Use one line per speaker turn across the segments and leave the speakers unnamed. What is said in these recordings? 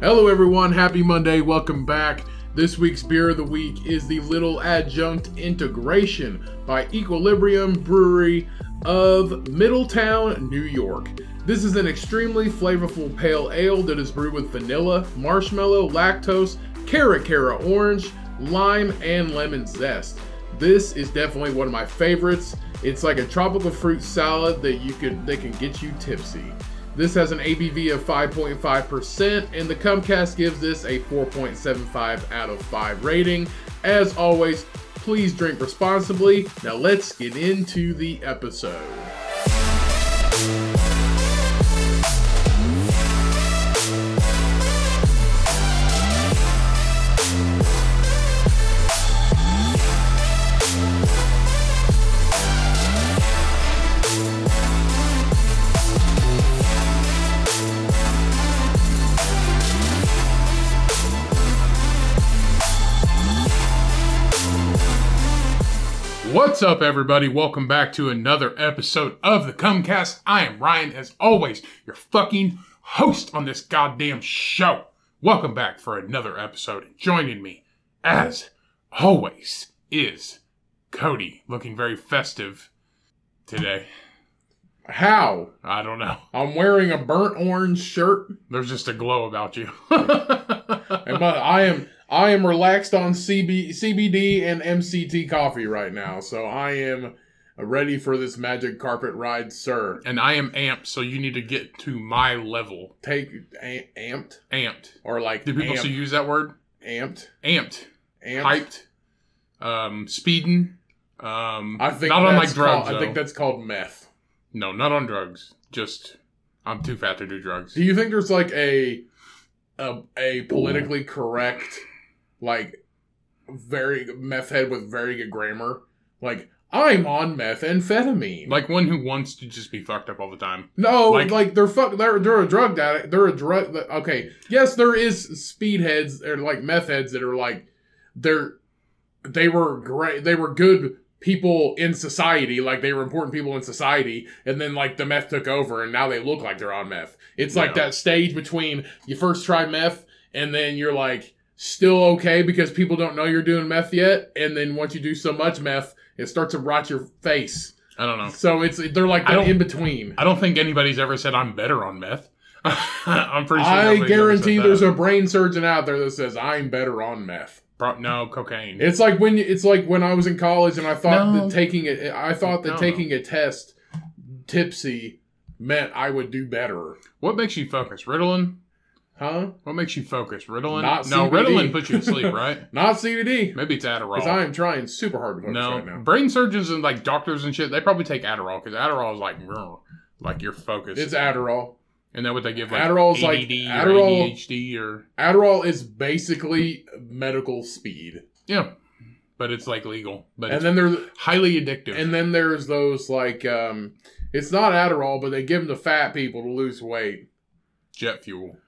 Hello, everyone. Happy Monday. Welcome back. This week's beer of the week is the Little Adjunct Integration by Equilibrium Brewery of Middletown, New York. This is an extremely flavorful pale ale that is brewed with vanilla, marshmallow, lactose, cara cara orange, lime, and lemon zest. This is definitely one of my favorites. It's like a tropical fruit salad that you can they can get you tipsy. This has an ABV of 5.5%, and the Comcast gives this a 4.75 out of 5 rating. As always, please drink responsibly. Now let's get into the episode. What's up, everybody? Welcome back to another episode of the Comcast. I am Ryan, as always, your fucking host on this goddamn show. Welcome back for another episode. And joining me, as always, is Cody, looking very festive today.
How?
I don't know.
I'm wearing a burnt orange shirt,
There's just a glow about you.
and but I am I am relaxed on CB, CBD and MCT coffee right now, so I am ready for this magic carpet ride, sir.
and I am amped, so you need to get to my level.
Take a- amped
Amped.
or like
Do people
amp-
still use that word?
amped,
Amped.
amped.
hyped, um, speeding. Um,
I think
not on like
that's
drugs.
Called, I think
though.
that's called meth.
no, not on drugs. Just I'm too fat to do drugs.
Do you think there's like a a, a politically correct like very meth head with very good grammar? Like I'm on methamphetamine.
like one who wants to just be fucked up all the time.
No,
Like-
like, they're fuck they're they're a drug addict. They're a drug. Okay, yes, there is speed heads or like meth heads that are like they're they were great. They were good people in society. Like they were important people in society, and then like the meth took over, and now they look like they're on meth. It's like
Yeah.
that stage between you first try meth, and then you're like still okay because people don't know you're doing meth yet, and then once you do so much meth, it starts to rot your face.
I don't know.
So it's they're like
Oh. I
that
don't-
in between.
I don't think anybody's ever said I'm better on meth. I'm pretty sure.
I
nobody's ever
guarantee
said
there's
that.
a brain surgeon out there that says I'm better on meth.
Pro- no cocaine.
It's like when it's like when I was in college and I thought
No.
that taking it I thought that
No, no.
taking a test tipsy meant I would do better.
what makes you focus? Ritalin.
Huh?
What makes you focus? Ritalin.
Not
no,
CBD.
Ritalin puts you to sleep, right?
Not CBD
Maybe it's Adderall.
cuz I am trying super hard to focus
No,
right now.
brain surgeons and like doctors and shit, they probably take Adderall because Adderall is like, grr, like you're focused.
It's Adderall.
and that what they give like
Adderall is like-
ADD
Adderall-
or ADHD or
Adderall is basically medical speed.
yeah, but it's like legal, but
And
it's
then there
highly addictive.
and then there's those like um it's not Adderall but they give them to fat people to lose weight.
jet fuel.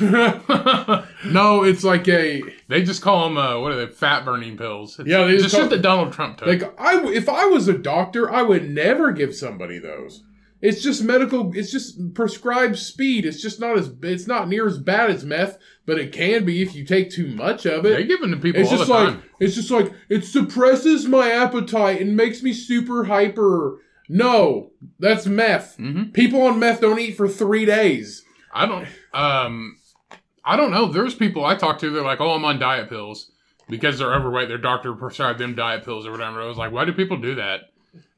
no, it's like a
They just call them uh, what are they? Fat burning pills. It's,
Yeah, they
it's
just
the
call-
shit that Donald Trump took.
Like I, w- if I was a doctor, I would never give somebody those. It's just medical. It's just prescribed speed. It's just not as. It's not near as bad as meth, but it can be if you take too much of
they
it.
give them to people
It's
all
just
the
like
time.
it's just like it suppresses my appetite and makes me super hyper. No, that's meth.
hmm
People on meth don't eat for three days.
I don't. Um, I don't know. There's people I talk to. They're like, "Oh, I'm on diet pills because they're overweight. Their doctor prescribed them diet pills or whatever." I was like, "Why do people do that?"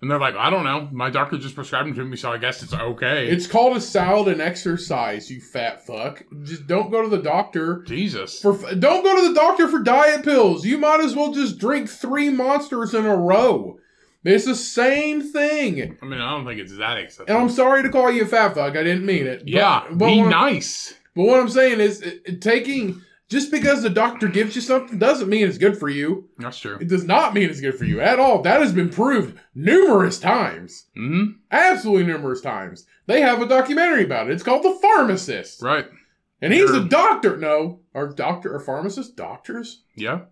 And they're like, "I don't know. My doctor just prescribed them to me, so I guess it's okay."
It's called a salad and exercise. You fat fuck. Just don't go to the doctor.
Jesus.
For don't go to the doctor for diet pills. You might as well just drink three monsters in a row. It's the same thing.
I mean, I don't think it's that
And I'm
excessive.
sorry to call you a fat fuck. I didn't mean it. But-
Yeah,
but,
be
what, I'm-
nice.
but what I'm saying is, it- it- taking just because the doctor gives you something doesn't mean it's good for you.
That's true.
It does not mean it's good for you at all. That has been proved numerous times,
hmm
absolutely numerous times. They have a documentary about it. It's called The Pharmacist,
Right.
and he's
Sure.
a doctor. No, are doctor or pharmacist doctors?
Yeah.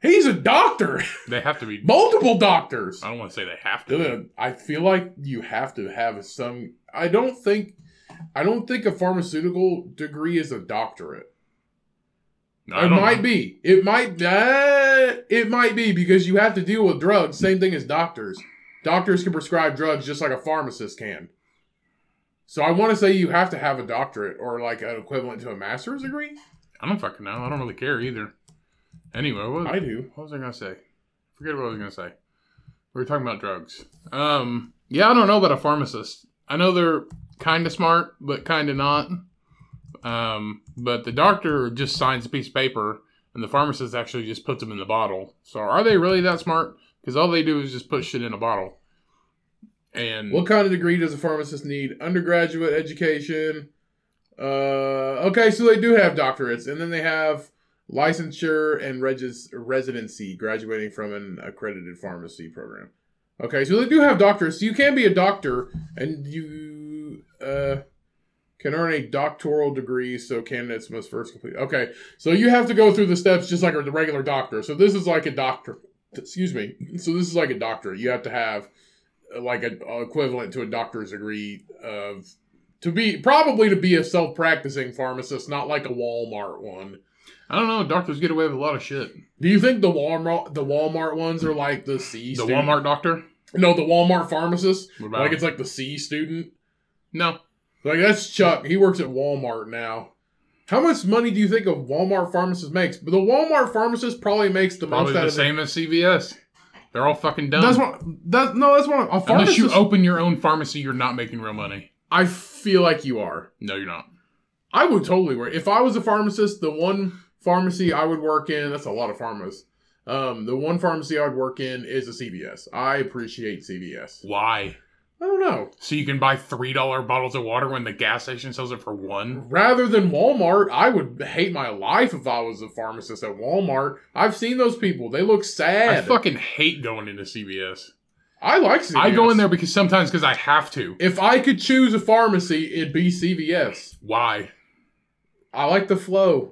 He's a doctor.
They have to be.
multiple doctors.
I don't want to say they have to. be.
Dude, I feel like you have to have some. I don't think, I don't think a pharmaceutical degree is a doctorate. it might be. It might. Uh, it might be because you have to deal with drugs. Same thing as doctors. Doctors can prescribe drugs just like a pharmacist can. So I want to say you have to have a doctorate or like an equivalent to a master's degree.
I don't fucking know. I don't really care either. Anyway, what,
I do.
what was I gonna say? Forget what I was gonna say. We were talking about drugs. Um, yeah, I don't know about a pharmacist. I know they're kind of smart, but kind of not. Um, but the doctor just signs a piece of paper, and the pharmacist actually just puts them in the bottle. So are they really that smart? Because all they do is just put shit in a bottle. And
What kind of degree does a pharmacist need? Undergraduate education. Uh, okay, so they do have doctorates, and then they have licensure and regis- residency, graduating from an accredited pharmacy program. Okay, so they do have doctorates. So you can be a doctor, and you uh, can earn a doctoral degree. So candidates must first complete. Okay, so you have to go through the steps just like a regular doctor. So this is like a doctor. Excuse me. So this is like a doctor. You have to have like a, a equivalent to a doctor's degree of to be probably to be a self practicing pharmacist, not like a Walmart one.
I don't know. Doctors get away with a lot of shit.
Do you think the Walmart the Walmart ones are like the C?
The
student?
Walmart doctor?
No, the Walmart pharmacist.
What about
Like
him?
it's like the C student.
no.
Like that's Chuck. He works at Walmart now. How much money do you think a Walmart pharmacist makes? But the Walmart pharmacist probably makes the
Probably
most out
the
of
same as CVS. They're all fucking dumb.
That's what. That no. That's what. A
Unless
pharmacist.
you open your own pharmacy, you're not making real money.
I feel like you are.
No, you're not.
I would totally work. If I was a pharmacist, the one pharmacy I would work in, that's a lot of pharmas. Um, the one pharmacy I would work in is a CVS. I appreciate CVS.
Why?
I don't know.
So you can buy three dollar bottles of water when the gas station sells it for one.
Rather than Walmart, I would hate my life if I was a pharmacist at Walmart. I've seen those people. They look
I
sad. I,
fucking hate going into CVS.
like CVS.
I go in there because sometimes because I have to.
If I could choose a pharmacy, it'd be CVS.
Why?
I like the flow.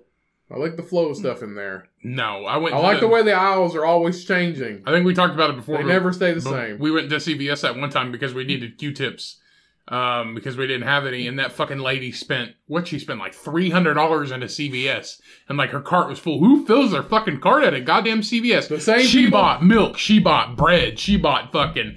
I like the flow of stuff in there.
No, I went.
I
to
like the way the aisles are always changing.
I think we talked about it before.
They
but-
never stay the
but
same.
We went to CVS at one time because we needed Q-tips um, because we didn't have any, and that fucking lady spent what she spent like three hundred dollars in a CVS, and like her cart was full. Who fills their fucking cart at a goddamn CVS?
The same
She
people-
bought milk. She bought bread. She bought fucking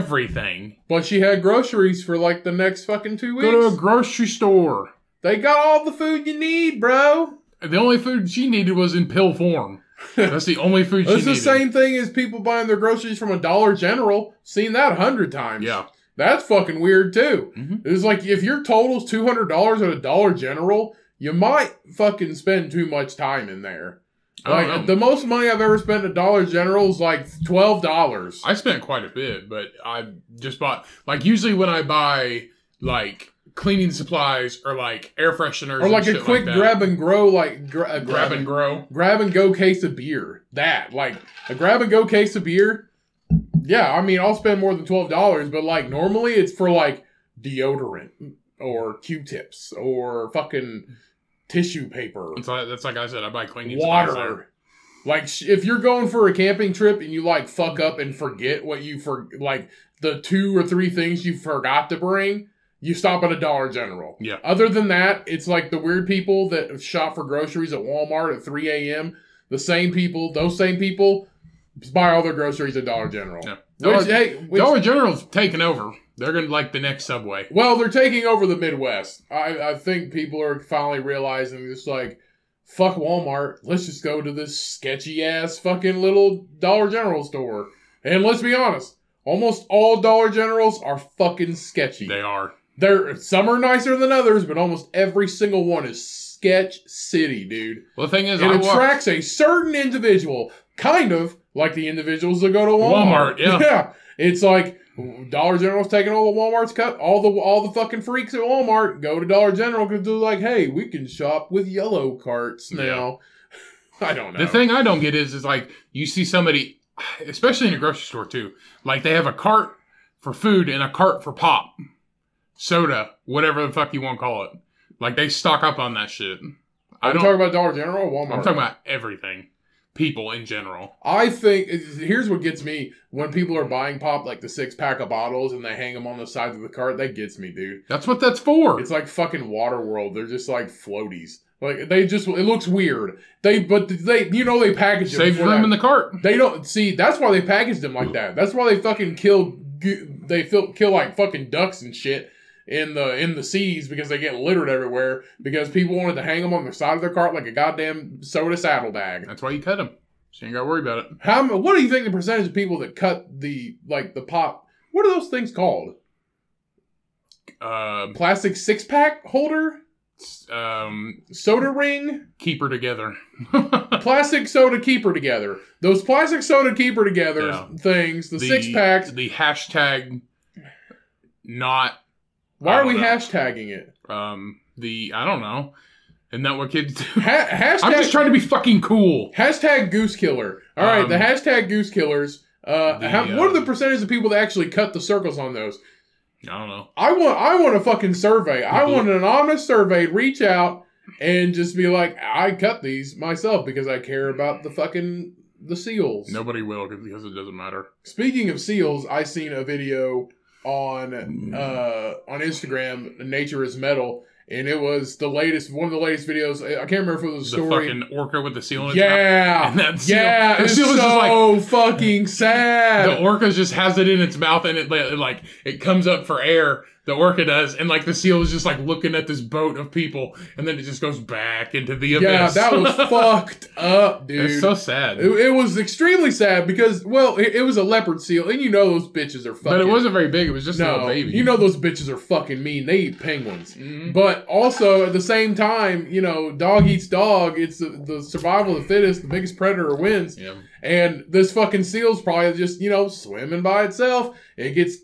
everything.
But she had groceries for like the next fucking two weeks.
Go to a grocery store.
they got all the food you need, bro.
The only food she needed was in pill form. That's the only food she
It's
needed.
the same thing as people buying their groceries from a Dollar General. Seen that a hundred times.
Yeah.
That's fucking weird too.
Mhm.
It's like if your total's two hundred dollars at a Dollar General, you might fucking spend too much time in there.
I don't
Like
know.
the most money I've ever spent at Dollar General is like twelve dollars.
I spent quite a bit, but I just bought like usually when I buy like cleaning supplies or like air fresheners
Or
and
like a
shit
quick
that.
grab and grow, like gra- a
grab and grow.
grab and go case of beer. That like a grab and go case of beer. Yeah, I mean I'll spend more than twelve dollars, but like normally it's for like deodorant or Q-tips or fucking tissue paper,
It's like, that's like I said, I buy cleaning supplies. there.
water. Like sh- if you're going for a camping trip and you like fuck up and forget what you for like the two or three things you forgot to bring, you stop at a Dollar General.
Yeah.
Other than that, it's like the weird people that shop for groceries at Walmart at 3 a.m. The same people, those same people, just buy all their groceries at Dollar General.
Yeah.
Which,
Dollar,
hey, which-
Dollar General's taking over. They're gonna like the next Subway.
well, they're taking over the Midwest. I, I think people are finally realizing just like, fuck Walmart. Let's just go to this sketchy ass fucking little Dollar General store. And let's be honest, almost all Dollar Generals are fucking sketchy.
They are.
They're some are nicer than others, but almost every single one is sketch city, dude.
Well, the thing is,
It
I walk-
attracts a certain individual, kind of like the individuals that go to Walmart.
Walmart, yeah.
It's like Dollar General's taking all the Walmart's cut, all the all the fucking freaks at Walmart go to Dollar General because they're like, hey, we can shop with yellow carts now. I don't know.
The thing I don't get is is like you see somebody, especially in a grocery store too, like they have a cart for food and a cart for pop, soda, whatever the fuck you want to call it. Like they stock up on that shit. I
Are we
don't.
talking about Dollar General or Walmart?
I'm talking about everything, people in general.
I think here's what gets me when people are buying pop like the six pack of bottles and they hang them on the sides of the cart. That gets me, dude.
That's what that's for.
It's like fucking Waterworld. They're just like floaties. Like they just it looks weird. They but they you know they package them
Save
for
room
that.
in the cart.
They don't see. That's why they packaged them like that. That's why they fucking killed. gu- They fil- kill like fucking ducks and shit in the in the seas because they get littered everywhere because people wanted to hang them on the side of their cart like a goddamn soda saddlebag.
That's why you cut them. So you ain't got to worry about it.
How mu- what do you think the percentage of people that cut the like the pop? What are those things called?
Um,
Plastic six pack holder,
s- um,
soda ring,
keep her together.
plastic soda keeper together. Those plastic soda keeper together
Yeah.
things, the six packs.
The hashtag not
Why
I
are
don't
we
know.
hashtagging it?
um the I don't know. Isn't that what kids do?
Ha- hashtag.
I'm just trying to be fucking cool.
Hashtag goose killer. All right,
Um,
the hashtag goose killers. Uh,
the,
how, what are the
um,
percentage of people that actually cut the circles on those?
I don't know.
I want, I want a fucking survey. I
Mhm.
want an honest survey. Reach out and just be like, I cut these myself because I care about the fucking the seals.
Nobody will because it doesn't matter.
Speaking of seals, I seen a video on uh, on Instagram, Nature is Metal, and it was the latest, one of the latest videos. I I can't remember if it was a
the
story.
fucking orca with the seal in its mouth.
yeah,
And that seal,
Yeah,
the
it's
seal is just like
so fucking sad.
the orca just has it in its mouth and it, it like it comes up for air. The orca does, and like the seal is just like looking at this boat of people, and then it just goes back into the abyss.
yeah, that was fucked up, dude.
it's so sad.
it, it was extremely sad because, well, it, it was a leopard seal, and you know those bitches are fucking.
but it wasn't very big. It was just a
no
little baby.
You know those bitches are fucking mean. They eat penguins.
Mhm.
But also at the same time, you know, dog eats dog. It's the, the survival of the fittest. The biggest predator wins.
Yeah.
And this fucking seal's probably just, you know, swimming by itself. It gets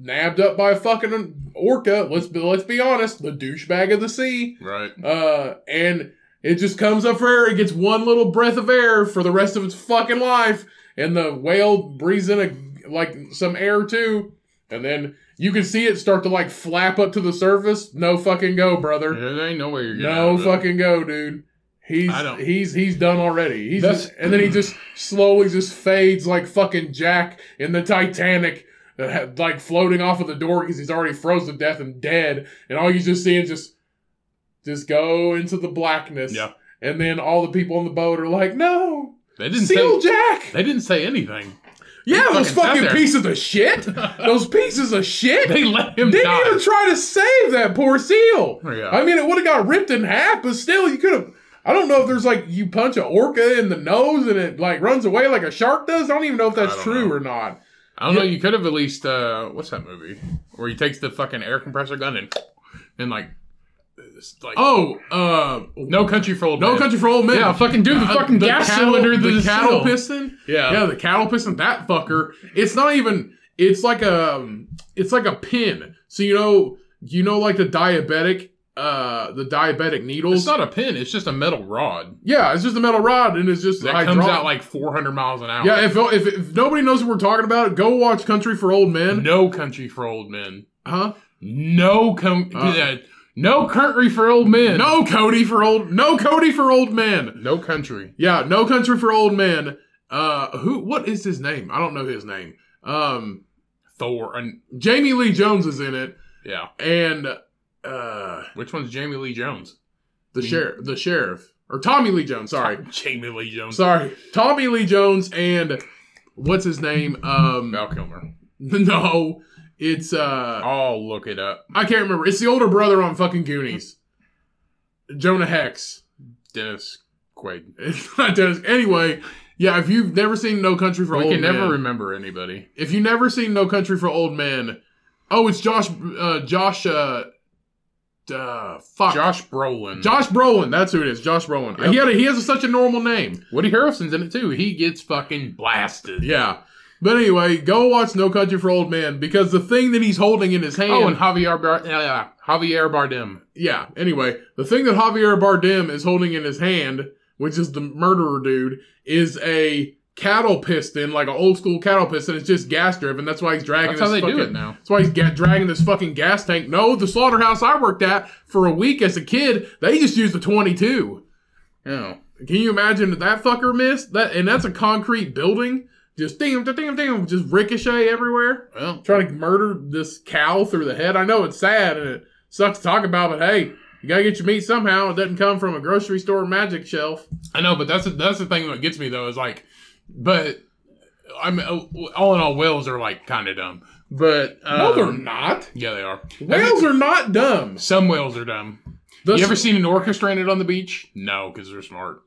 nabbed up by a fucking orca. Let's be, let's be honest, the douchebag of the sea.
Right.
Uh, and it just comes up for air. It gets one little breath of air for the rest of its fucking life. And the whale breathes in a, like some air too. And then you can see it start to like flap up to the surface. No fucking go, brother.
There ain't no way you're getting out
No
of it.
fucking go, dude. He's
I don't-
he's he's done already. He's
That's-
just, and then he just slowly just fades like fucking Jack in the Titanic, that had, like floating off of the door because he's already froze to death and dead. And all you just see is just just go into the blackness.
Yeah.
And then all the people on the boat are like, "No,
They didn't
seal
say.
Jack."
They didn't say anything.
Yeah, those
they fucking sat
fucking
there.
pieces of shit. Those pieces of shit.
They let him
didn't
die.
even try to save that poor seal.
Oh, Yeah.
I mean, it would have got ripped in half, but still, you could have. I don't know if there's like you punch an orca in the nose and it like runs away like a shark does. I don't even know if
I
that's
don't
true
know.
or not.
I don't know. You could have at least uh, what's that movie where he takes the fucking air compressor gun and and like, it's like
Oh, uh,
no country for old
no
men.
country for old men.
Yeah, fucking dude, the
Uh,
fucking gas
cattle-
cylinder,
the,
the,
cattle
seal.
piston.
Yeah.
yeah, the cattle piston. That fucker. It's not even. It's like a. um, It's like a pin. So you know, you know, like the diabetic, uh, the diabetic
It's
needles.
not a pin. It's just a metal rod
yeah, it's just a metal rod, and it's just
that
I
comes
draw-
out like 400 miles an hour.
Yeah, if, if, if nobody knows what we're talking about, go watch Country for Old Men.
no country for old men.
Huh?
No com-
Uh.
yeah, no country for old men.
No Cody for old No Cody for old men.
no country.
Yeah, No Country for Old Men. Uh who what is his name? I don't know his name. Um
Thor and
Jamie Lee Jones is in it
yeah.
and uh
Which one's Jamie Lee Jones?
the
Mm.
sheriff the sheriff or Tommy Lee Jones, sorry.
Jamie Lee Jones.
Sorry. Tommy Lee Jones and what's his name? Um
Val Kilmer.
no, it's uh
I'll look it up.
I can't remember. It's the older brother on fucking Goonies. Jonah Hex.
Dennis Quaid.
It's not Dennis. Anyway, yeah, if you've never seen No Country for
we
Old
can
Men,
never remember anybody.
if you've never seen No Country for Old Men, oh, it's Josh, uh, Josh, uh, uh, fuck, Josh,
Josh Brolin.
Brolin. That's who it is, Josh Brolin.
Yep.
He had a, he has such a normal name.
Woody Harrelson's in it too. He gets fucking blasted.
Yeah. But anyway, go watch No Country for Old Men because the thing that he's holding in his hand.
Oh, and Javier Bar- yeah, yeah, Javier Bardem.
yeah. Anyway, the thing that Javier Bardem is holding in his hand, which is the murderer dude, is a cattle piston, like an old school cattle piston. It's just gas driven. That's why he's dragging.
That's how
this
they do
fucking-
it now.
That's why he's ga- dragging this fucking gas tank. No, the slaughterhouse I worked at for a week as a kid, they just used a 22.
Yeah.
Can you imagine that that fucker missed that? And that's a concrete building. Just damn, damn, damn, just ricochet everywhere
Well,
trying to murder this cow through the head. I know it's sad and it sucks to talk about, but hey, You gotta get your meat somehow. It doesn't come from a grocery store magic shelf.
I know, but that's the, that's the thing that gets me though is like, but I mean, all in all, whales are like kind of dumb. But um,
no, they're not.
Yeah, they are.
Whales are not dumb.
Some whales are dumb.
The-
you ever seen an orca stranded on the beach? No, because they're smart.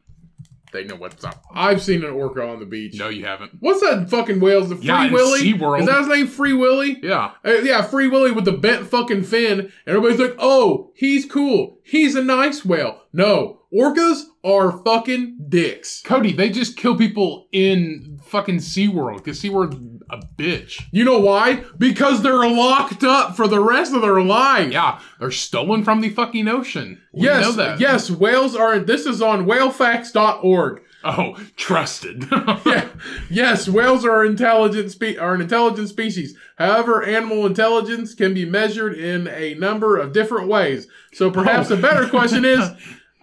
They know what's up.
I've seen an orca on the beach.
No, you haven't.
What's that fucking whale's the Free
Yeah, in
Willy?
SeaWorld.
Is that his name Free Willy?
Yeah,
Uh, yeah, Free Willy with the bent fucking fin, and everybody's like, "Oh, he's cool. He's a nice whale." No, orcas are fucking dicks.
Cody, they just kill people in fucking SeaWorld because SeaWorld's a bitch.
You know why? Because they're locked up for the rest of their lives.
Yeah, they're stolen from the fucking ocean. We
Yes,
know that.
yes, whales are. This is on whalefacts.org.
Oh, trusted.
yeah. Yes, whales are intelligent spe- are an intelligent species. However, animal intelligence can be measured in a number of different ways. So perhaps
Oh.
a better question is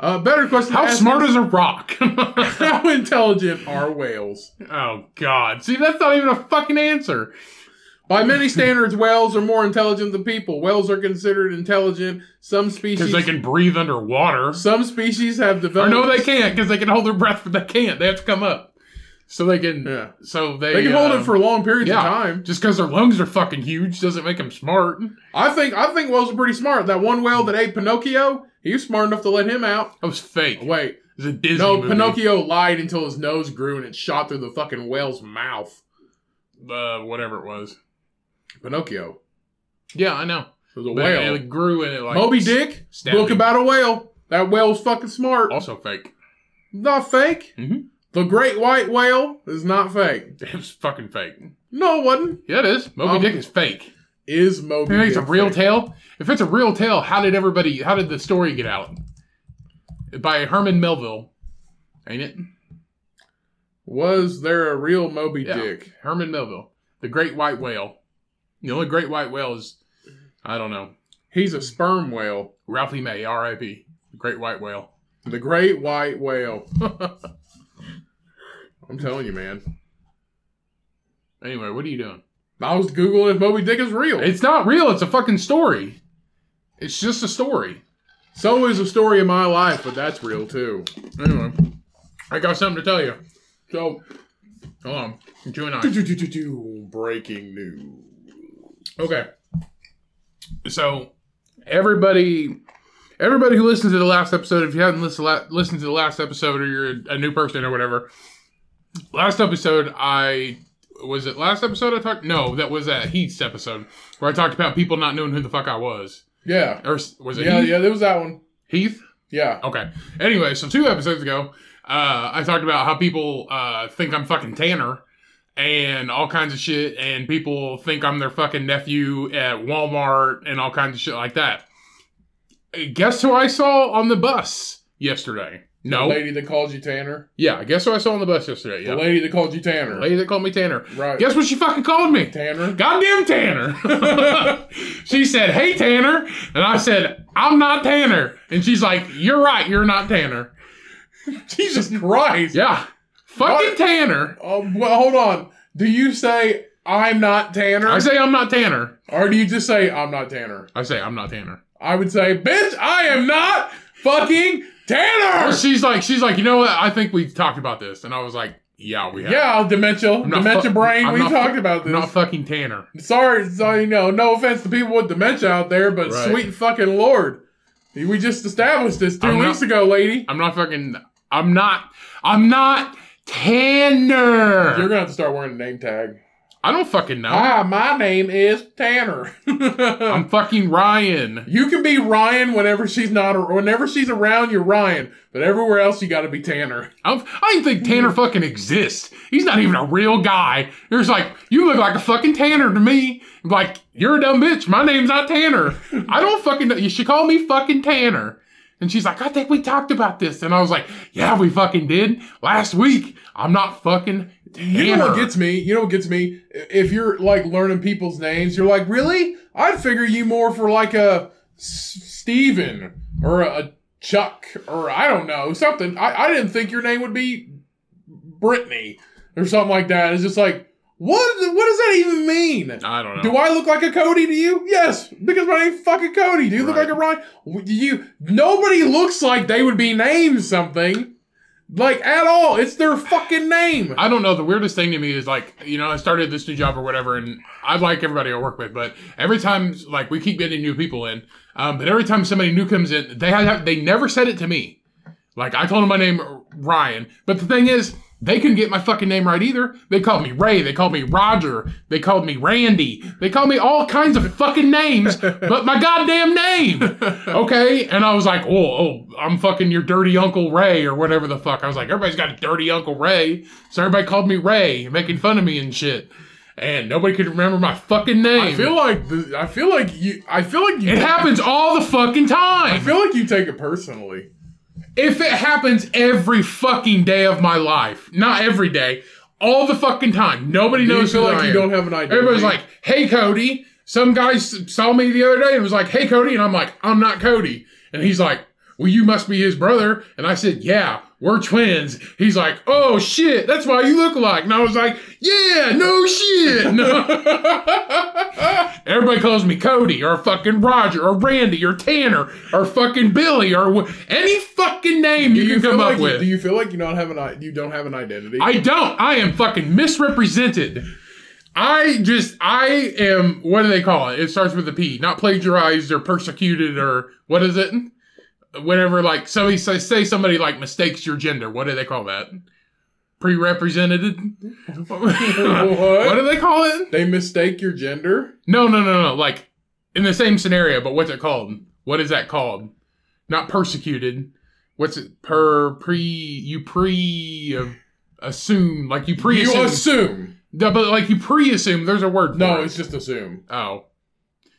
a better question to
How
ask
smart is a rock?
is how intelligent are whales?
oh God! See, that's not even a fucking answer.
By many standards, whales are more intelligent than people. Whales are considered intelligent. Some
Because
species
they can breathe underwater.
some species have
Or
developed
no, they can't because they can hold their breath, but they can't. They have to come up. So they can.
Yeah.
So they.
They can hold
um,
it for long periods
yeah.
of time.
Just because their lungs are fucking huge doesn't make them smart.
I think I think whales are pretty smart. That one whale that ate Pinocchio, he was smart enough to let him out.
That was fake. It
Wait,
was a Disney
no,
movie.
Pinocchio lied until his nose grew and it shot through the fucking whale's mouth.
Uh, whatever it was.
Pinocchio.
Yeah, I know.
It was a
But
whale.
It grew and it like.
Moby Dick,
stabbed
book
him.
about a whale. That whale's fucking smart.
Also fake.
Not fake.
Mhm.
The great white whale is not fake.
It was fucking fake.
No, it wasn't.
Yeah, it is. Moby
Um,
Dick is fake.
Is Moby
You think it's a
Dick
real
fake?
tale? If it's a real tale, how did everybody? How did the story get out? By Herman Melville, ain't it?
Was there a real Moby
Yeah.
Dick?
Herman Melville, the great white whale. The only great white whale is, I don't know,
He's a sperm whale.
Ralphie E. May, R.I.P. The great white whale.
The great white whale. I'm telling you, man.
Anyway, what are you doing?
I was Googling if Moby Dick is real.
It's not real. It's a fucking story. It's just a story.
so is the story of my life, but that's real too.
Anyway, I got something to tell you.
So,
Hold on, you and I.
breaking news.
Okay. So, everybody, everybody who listened to the last episode, if you haven't listened to la- listened to the last episode, or you're a new person or whatever, last episode I was it last episode I talked. No, that was that Heath's episode where I talked about people not knowing who the fuck I was,
Yeah.
or s- was it
Yeah,
Heath?
yeah, there was that one.
Heath?
Yeah.
Okay. Anyway, so two episodes ago, uh, I talked about how people uh, think I'm fucking Tanner and all kinds of shit, and people think I'm their fucking nephew at Walmart and all kinds of shit like that. Uh, Guess who I saw on the bus yesterday?
The
No.
lady that called you Tanner.
Yeah, guess who I saw on the bus yesterday?
The
Yeah.
lady that called you
The
Tanner.
lady that called me Tanner.
Right.
Guess what she fucking called me?
Tanner.
Goddamn Tanner. she said, Hey Tanner. And I said, I'm not Tanner. And she's like, You're right, you're not Tanner.
Jesus Christ.
Yeah. Fucking
What?
Tanner.
Um, well, hold on. Do you say I'm not Tanner,
I say I'm not Tanner.
or do you just say I'm not Tanner?
I say I'm not Tanner.
I would say, bitch, I am not fucking Tanner.
Well, she's like, she's like, you know what? I think we've talked about this. And I was like, Oh, yeah, we have.
Yeah, dementia,
I'm not
dementia
fu-
brain.
I'm
we
not fu-
talked about
I'm
this.
not fucking Tanner.
sorry, sorry, you know, no offense to people with dementia out there, but
Right.
sweet fucking lord, we just established this 2
I'm
weeks ago, lady.
I'm not fucking. I'm not. I'm not Tanner.
You're gonna have to start wearing a name tag.
I don't fucking know.
Hi, my name is Tanner.
I'm fucking Ryan.
you can be Ryan whenever she's not, or whenever she's around, you're Ryan. But everywhere else, you got to be Tanner.
I'm, I don't even think Tanner fucking exists. He's not even a real guy. There's like, you look like a fucking Tanner to me. I'm like, you're a dumb bitch. My name's not Tanner. I don't fucking know. You should call me fucking Tanner. And she's like, I think we talked about this. And I was like, yeah, we fucking did last week. I'm not fucking Tanner.
You know what gets me? You know what gets me? If you're like learning people's names, you're like, really? I'd figure you more for like a S- Steven or a Chuck or I don't know something. I, I didn't think your name would be Brittany or something like that. It's just like, What what does that even mean?
I don't know.
Do I look like a Cody to you? Yes, because my name's fucking Cody. Do you look
Right.
like a Ryan? W- do You nobody looks like they would be named something, like at all. It's their fucking name.
I don't know. The weirdest thing to me is like, you know, I started this new job or whatever, and I like everybody I work with, but every time, like, we keep getting new people in, um, but every time somebody new comes in, they have they never said it to me. Like, I told them my name Ryan, but the thing is, they couldn't get my fucking name right either. They called me Ray, they called me Roger, they called me Randy, they called me all kinds of fucking names, but my goddamn name. Okay, and I was like, oh, oh, I'm fucking your dirty Uncle Ray or whatever the fuck. I was like, everybody's got a dirty Uncle Ray. So everybody called me Ray, making fun of me and shit. And nobody could remember my fucking name.
I feel like the, I feel like you. I feel like you.
it happens all the fucking
I
time.
feel like you take it personally.
if it happens every fucking day of my life, not every day, all the fucking time. Nobody
You
knows
feel
who
like
I
you
am.
don't have an idea.
Everybody's like, "Hey, Cody." Some guy s- saw me the other day and was like, "Hey, Cody," and I'm like, "I'm not Cody," and he's like, "Well, you must be his brother," and I said, "Yeah, we're twins." He's like, "Oh shit, that's why you look alike," and I was like, "Yeah, no shit." No. Everybody calls me Cody or fucking Roger or Randy or Tanner or fucking Billy or wh- any fucking name you, can
feel
come
like
up
you-
with.
Do you feel like you don't have an i- you don't have an identity?
I don't. I am fucking misrepresented. I just, I am, what do they call it? It starts with a P. Not plagiarized or persecuted or what is it? Whenever, like, somebody say, say somebody, like, mistakes your gender. What do they call that? Pre represented? what? do they call it?
They mistake your gender.
No, no, no, no. Like, in the same scenario, but what's it called? What is that called? Not persecuted. What's it? Per, pre, you pre uh, assume, like, you pre
You assume.
no, but like you pre-assume there's a word. For
No,
it.
it's just assume.
oh,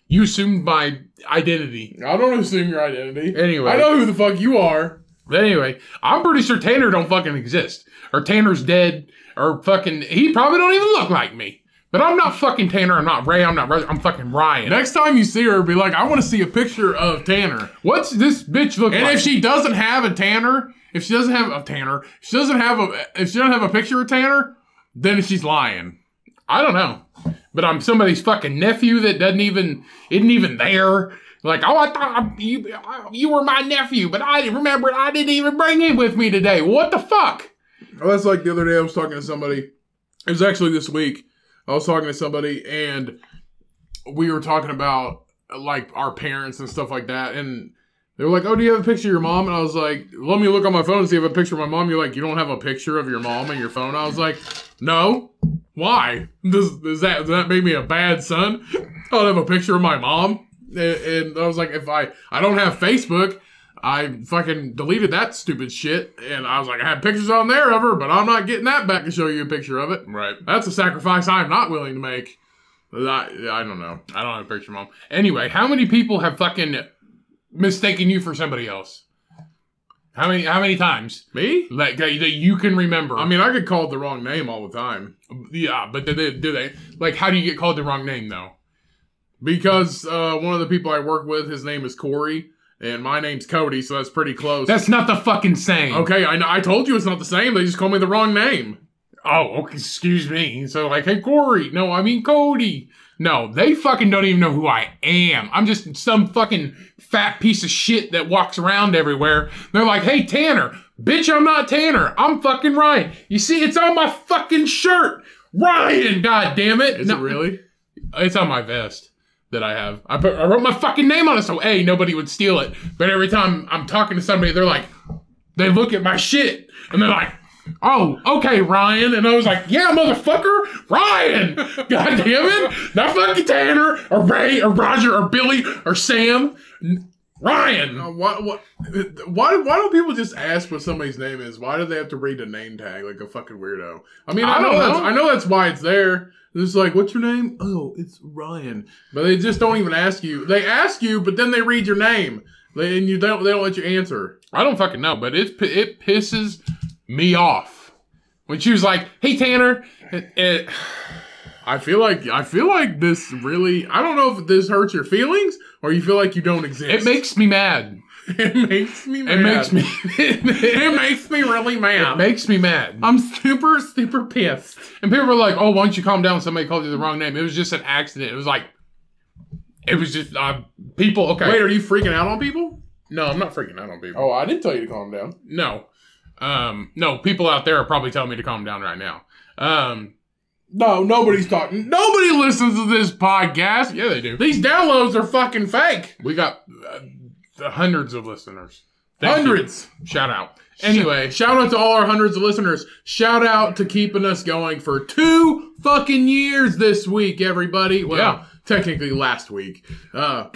you assumed my identity.
I don't assume your identity.
Anyway,
I know who the fuck you are.
But anyway, I'm pretty sure Tanner don't fucking exist, or Tanner's dead, or fucking he probably don't even look like me. But I'm not fucking Tanner. I'm not Ray. I'm not. Ro- I'm fucking Ryan.
Next time you see her, be like, I want to see a picture of Tanner.
What's this bitch look
And
like?
if she doesn't have a Tanner, if she doesn't have a Tanner, if she doesn't have a if she doesn't have a picture of Tanner, then she's lying.
I don't know, but I'm somebody's fucking nephew that doesn't even isn't even there. Like, oh, I thought you you were my nephew, but I remembered I didn't even bring him with me today. What the fuck?
Oh, that's like the other day I was talking to somebody. It was actually this week. I was talking to somebody and we were talking about like our parents and stuff like that. And they were like, Oh, do you have a picture of your mom? And I was like, Let me look on my phone and see if I have a picture of my mom. You're like, You don't have a picture of your mom in your phone? I was like, No. Why? Does, does that does that make me a bad son? I don't have a picture of my mom. And, and I was like, if I I don't have Facebook, I fucking deleted that stupid shit. And I was like, I had pictures on there of her, but I'm not getting that back to show you a picture of it.
Right.
That's a sacrifice I'm not willing to make. I, I don't know.
I don't have a picture, mom. Anyway, how many people have fucking mistaken you for somebody else? How many? How many times?
Me?
Like that that you can remember?
I mean, I get called the wrong name all the time
yeah, but do they, do they? Like, how do you get called the wrong name though?
because uh, one of the people I work with, his name is Corey, and my name's Cody, so that's pretty close.
That's not the fucking same.
okay. I know. I told you it's not the same. They just call me the wrong name.
Oh, okay, excuse me. So like, hey Corey. No, I mean Cody. No, they fucking don't even know who I am. I'm just some fucking fat piece of shit that walks around everywhere. They're like, hey Tanner, bitch, I'm not Tanner. I'm fucking Ryan. You see, it's on my fucking shirt. Ryan, god damn it.
Is
No,
it really?
It's on my vest that I have. I put I wrote my fucking name on it so A, nobody would steal it. But every time I'm talking to somebody, they're like, they look at my shit and they're like, oh, okay, Ryan. And I was like, yeah, motherfucker, Ryan. God damn it. Not fucking Tanner or Ray or Roger or Billy or Sam. N- Ryan.
Uh, why, why, why, why don't people just ask what somebody's name is? Why do they have to read a name tag like a fucking weirdo? I mean, I,
I
know,
don't
that's
know.
I know that's why it's there. It's like, what's your name? Oh, it's Ryan. But they just don't even ask you. They ask you, but then they read your name, they, and you don't. They don't let you answer.
I don't fucking know, but it it pisses me off when she was like, "Hey Tanner," it- it-
I feel like I feel like this really. I don't know if this hurts your feelings or you feel like you don't exist.
it makes me mad.
It makes me
It
mad.
makes me.
it makes me really
It
mad.
makes me mad.
I'm super, super pissed.
And people were like, "Oh, why don't you calm down? Somebody called you the wrong name. It was just an accident. It was like, it was just uh, people. Okay,
Wait, are you freaking out on people?
no, I'm not freaking out on people.
Oh, I did tell you to calm down.
No, um, no, people out there are probably telling me to calm down right now. Um,
No, nobody's talking.
nobody listens to this podcast. Yeah, they do.
These downloads are fucking fake.
We got uh, hundreds of listeners. Thank you.
Hundreds.
Shout out.
Anyway,
Anyway,
shout out to all our hundreds of listeners. Shout out to keeping us going for two fucking years this week, everybody. Well,
Yeah.
technically last week. Uh,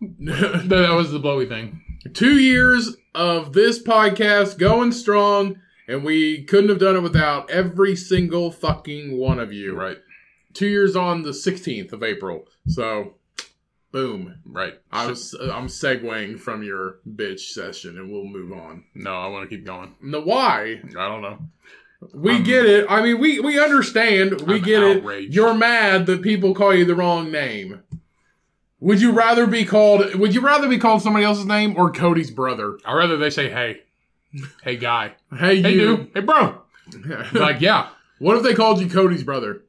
that that was the blowy thing.
two years of this podcast going strong, and we couldn't have done it without every single fucking one of you.
Right,
Two years on the 16th of April. So, boom.
right.
I was, uh, I'm segueing from your bitch session, and we'll move on.
no, I want to keep going.
The why
I don't know.
We
I'm-
get it. I mean, we we understand. We
Um, I'm
get it.
outraged.
You're mad that people call you the wrong name. Would you rather be called? Would you rather be called somebody else's name or Cody's brother?
I'd rather they say, "Hey, hey, guy,
Hey,
hey,
you.
dude, hey, bro." Like, yeah,
what if they called you Cody's brother?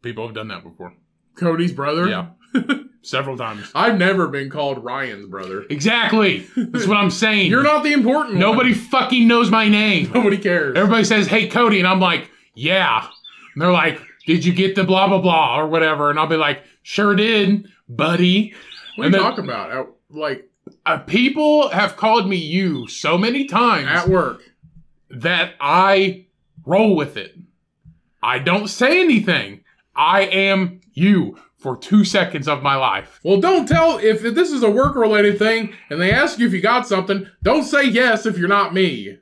people have done that before.
Cody's brother.
Yeah, several times.
I've never been called Ryan's brother.
Exactly. That's what I'm saying.
You're not the important.
Nobody fucking knows my name.
One. Nobody cares.
Everybody says, "Hey, Cody," and I'm like, "Yeah," and they're like, "Did you get the blah blah blah or whatever?" And I'll be like, "Sure did, buddy."
what are you
and then-
talking about? At, like
Uh, people have called me you so many times
at work.
that I roll with it. I don't say anything. I am you for two seconds of my life.
Well, don't tell if, if this is a work related thing and they ask you if you got something. Don't say yes if you're not me.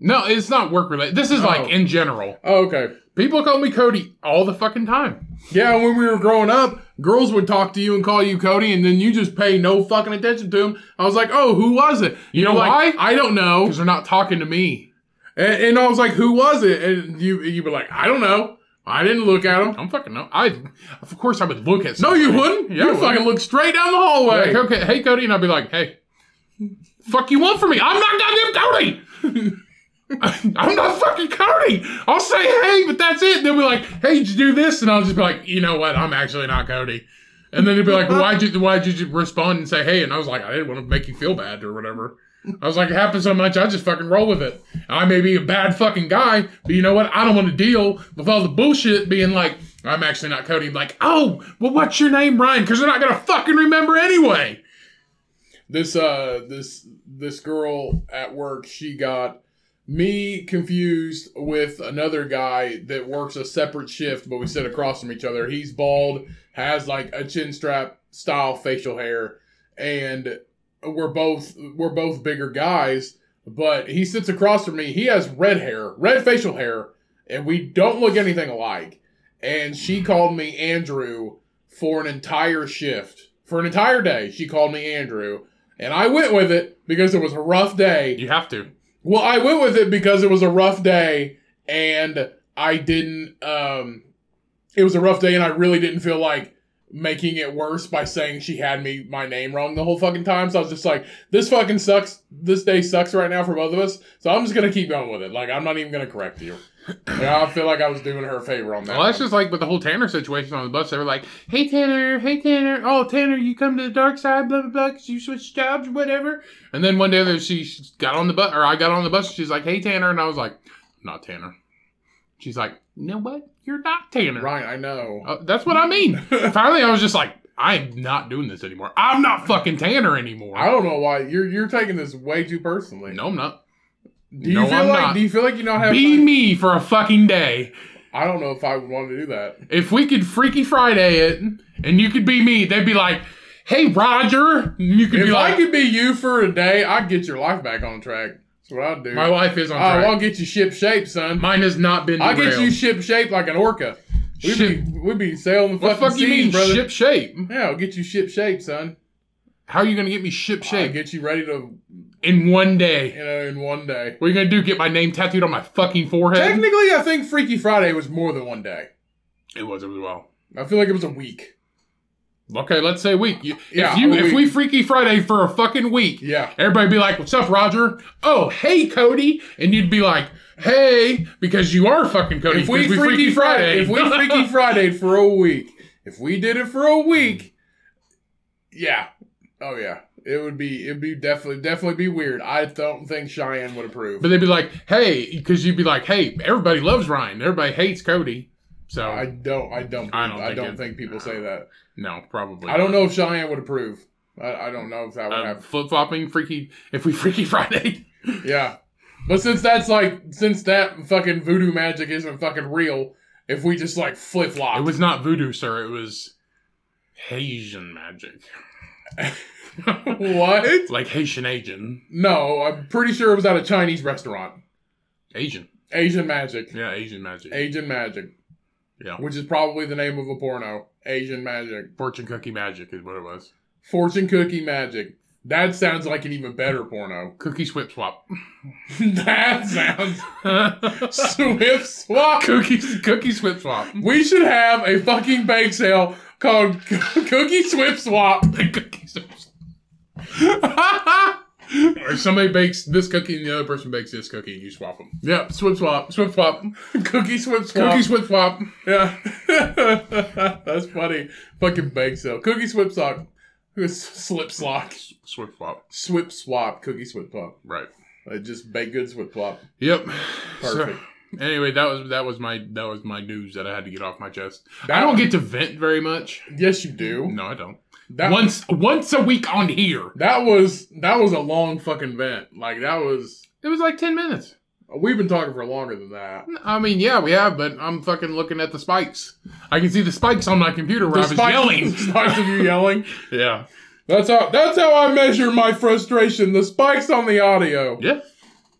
No, it's not work related. This is
Oh.
like in general.
Oh, okay.
People call me Cody all the fucking time.
Yeah, when we were growing up, girls would talk to you and call you Cody, and then you just pay no fucking attention to them. I was like, oh, who was it?
You
You're
know
like,
why?
I don't know.
Because they're not talking to me.
And, and I was like, who was it? And you you were like, I don't know. I didn't look at him.
I'm fucking no. I, of course, I would look at.
No, you
somebody.
wouldn't.
Yeah, I
you
would.
fucking look straight down the
Be
hallway.
Like, okay, hey Cody, and I'd be like, hey, fuck you want from me? I'm not goddamn Cody. I'm not fucking Cody. I'll say hey, but that's it. They'll be like, hey, did you do this? And I'll just be like, you know what? I'm actually not Cody. And then they'd be like, why'd you why'd you just respond and say hey? And I was like, I didn't want to make you feel bad or whatever. I was like, it happens so much, I just fucking roll with it. I may be a bad fucking guy, but you know what? I don't want to deal with all the bullshit being like, I'm actually not Cody. like, oh, well, what's your name, Ryan? Because they're not going to fucking remember anyway.
this uh this this girl at work she got me confused with another guy that works a separate shift but we sit across from each other he's bald has like a chin strap style facial hair and we're both we're both bigger guys but he sits across from me he has red hair red facial hair and we don't look anything alike and she called me andrew for an entire shift for an entire day she called me andrew and I went with it because it was a rough day.
You have to.
Well, I went with it because it was a rough day and I didn't um it was a rough day and I really didn't feel like making it worse by saying she had me my name wrong the whole fucking time. So I was just like, this fucking sucks. This day sucks right now for both of us. So I'm just gonna keep going with it. Like I'm not even gonna correct you. Like, I feel like I was doing her a favor on that.
Well, that's
one.
just like with the whole Tanner situation on the bus. They were like, hey, Tanner, hey, Tanner. Oh, Tanner, you come to the dark side, blah, blah, blah, because you switched jobs, whatever. And then one day there, she got on the bus, or I got on the bus, and she's like, hey, Tanner. And I was like, not Tanner. She's like, you know what? You're not Tanner.
Ryan, I know.
Uh, that's what I mean. Finally, I was just like, I'm not doing this anymore. I'm not fucking Tanner anymore.
I don't know why you're you're taking this way too personally.
no, I'm not.
Do you
no,
feel
I'm
like
not.
do you feel like you don't have
Be
time-
me for a fucking day.
I don't know if I would want to do that.
If we could Freaky Friday it and you could be me, they'd be like, hey, Roger. And you could
If
be
I
like,
could be you for a day, I'd get your life back on track. That's what I'd do.
my life is on
Oh,
track.
I'll get you ship shape, son.
Mine has not been
I'll get
derailed.
you ship shape like an orca. We'd be,
Ship-
we'd be sailing the
What the
fucking
fuck you
seas,
mean
brother.
ship shape?
Yeah, I'll get you ship shape, son.
How are you going to get me ship
Shape.
shape
I'll get you ready to,
in one day?
you know, in one day.
What are you going to do? Get my name tattooed on my fucking forehead?
Technically, I think Freaky Friday was more than one day.
it was, it was well.
I feel like it was a week. Okay, let's say a week. You,
Yeah,
if you
a
if
week.
we Freaky Friday for a fucking week,
Yeah.
everybody be like, "What's up, Roger?" Oh, hey, Cody, and you'd be like, "Hey," because you are fucking Cody.
If we
'cause
Freaky, Friday, if we Freaky Friday for a week, if we did it for a week, yeah, oh yeah, it would be it'd be definitely definitely be weird. I don't think Cheyenne would approve.
but they'd be like, "Hey," because you'd be like, "Hey, everybody loves Ryan. Everybody hates Cody." So
I don't. I don't.
I
I
don't
don't. I
think
don't
it-
think people say that.
no, probably.
I don't know if Cheyenne would approve. I, I don't know if that would happen.
Flip flopping, freaky. If we Freaky Friday,
Yeah, but since that's like since that fucking voodoo magic isn't fucking real, if we just like flip
it
flop,
was not voodoo, sir. It was Haitian magic,
what?
like Haitian Asian,
No, I'm pretty sure it was at a Chinese restaurant.
Asian.
Asian magic.
Yeah, Asian magic.
Asian Magic.
Yeah.
Which is probably the name of a porno. Asian Magic.
Fortune cookie magic is what it was.
Fortune Cookie Magic. That sounds like an even better porno.
Cookie swip swap.
that sounds Swift Swap.
Cookies, cookie swip swap.
We should have a fucking bake sale called Cookie Swift Swap.
Cookie swip swap. or somebody bakes this cookie and the other person bakes this cookie and you swap them.
Yep, Swip Swap. Swip Swap. Cookie Swip Swap.
Cookie swip swap.
Yeah. That's funny. Fucking bake sale. Cookie Swip Swap. Slip Slop.
Swip swap.
Swip Swap. Cookie Swip Swap.
Right.
Uh, just baked goods with plop.
Yep.
Perfect.
So, anyway, that was that was my that was my news that I had to get off my chest.
That-
I don't get to vent very much.
Yes, you do.
No, I don't.
That
once once a week on here.
that was that was a long fucking vent. Like that was.
It was like ten minutes.
We've been talking for longer than that.
I mean, yeah, we have, but I'm fucking looking at the spikes. I can see the spikes on my computer where I was
Despite-
yelling.
Despite of you yelling.
yeah.
That's how that's how I measure my frustration. The spikes on the audio.
Yeah.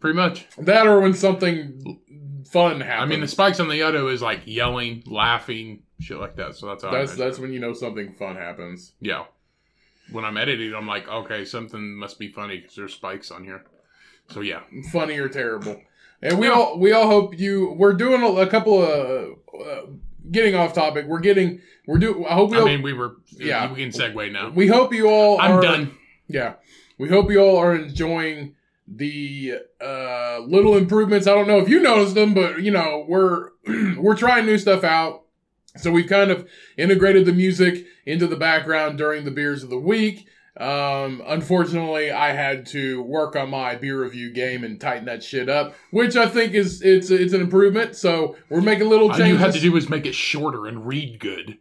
Pretty much.
That or when something fun happens.
I mean, the spikes on the auto is like yelling, laughing, shit like that. So that's how
that's
I
that's when you know something fun happens.
yeah. When I'm editing, I'm like, okay, something must be funny because there's spikes on here. So yeah,
funny or terrible. And we
Yeah.
all we all hope you. We're doing a, a couple of uh, getting off topic. We're getting we're do. I hope we
I
hope,
mean, we were
yeah.
We can segue now.
we hope you all.
I'm
are,
done.
Yeah, we hope you all are enjoying the uh, little improvements. I don't know if you noticed them, but you know we're we're trying new stuff out. So we've kind of integrated the music into the background during the beers of the week. Um, unfortunately, I had to work on my beer review game and tighten that shit up, which I think is it's it's an improvement. So we're making little
All you
changes.
had to do was make it shorter and read good.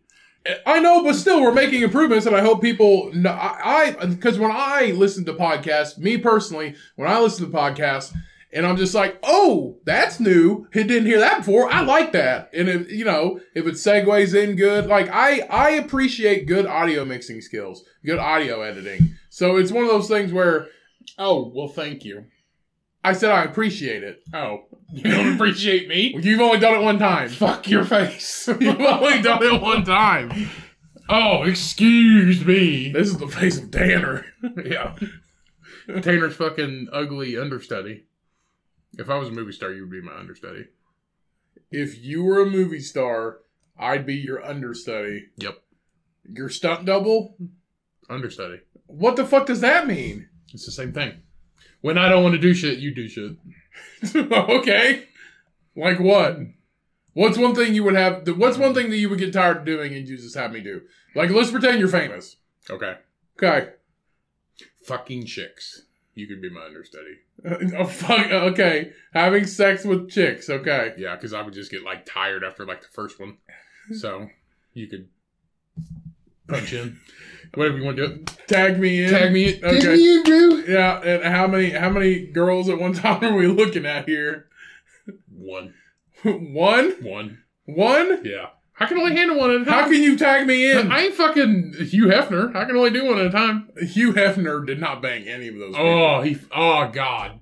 I know, but still, we're making improvements, and I hope people. Know, I because when I listen to podcasts, me personally, when I listen to podcasts, and I'm just like, oh, that's new. He didn't hear that before. I like that, and if you know, if it segues in good, like I I appreciate good audio mixing skills, good audio editing. So it's one of those things where
Oh well, thank you.
I said I appreciate it.
Oh, you don't appreciate me?
You've only done it one time.
Fuck your face.
You've only done it
one time. Oh, excuse me.
This is the face of Danner.
Yeah. Tanner's fucking ugly understudy. If I was a movie star, you would be my understudy.
If you were a movie star, I'd be your understudy.
Yep.
Your stunt double?
Understudy.
What the fuck does that mean?
It's the same thing. When I don't want to do shit, you do shit.
okay. Like what? What's one thing you would have? What's one thing that you would get tired of doing and you just have me do? Like, let's pretend you're famous.
Okay.
Okay.
Fucking chicks. You could be my understudy.
Oh, fuck. Okay. Having sex with chicks. Okay.
Yeah, because I would just get like tired after like the first one. So you could punch in. Whatever you want to do.
Tag me in.
Tag me in.
Okay.
Tag me in, dude.
Yeah. And how many? How many girls at one time are we looking at here?
One.
one.
One.
One.
Yeah. I can only handle one at a
How
time.
can you tag me in?
I ain't fucking Hugh Hefner. I can only do one at a time.
Hugh Hefner did not bang any of those. people.
Oh, he. Oh, God.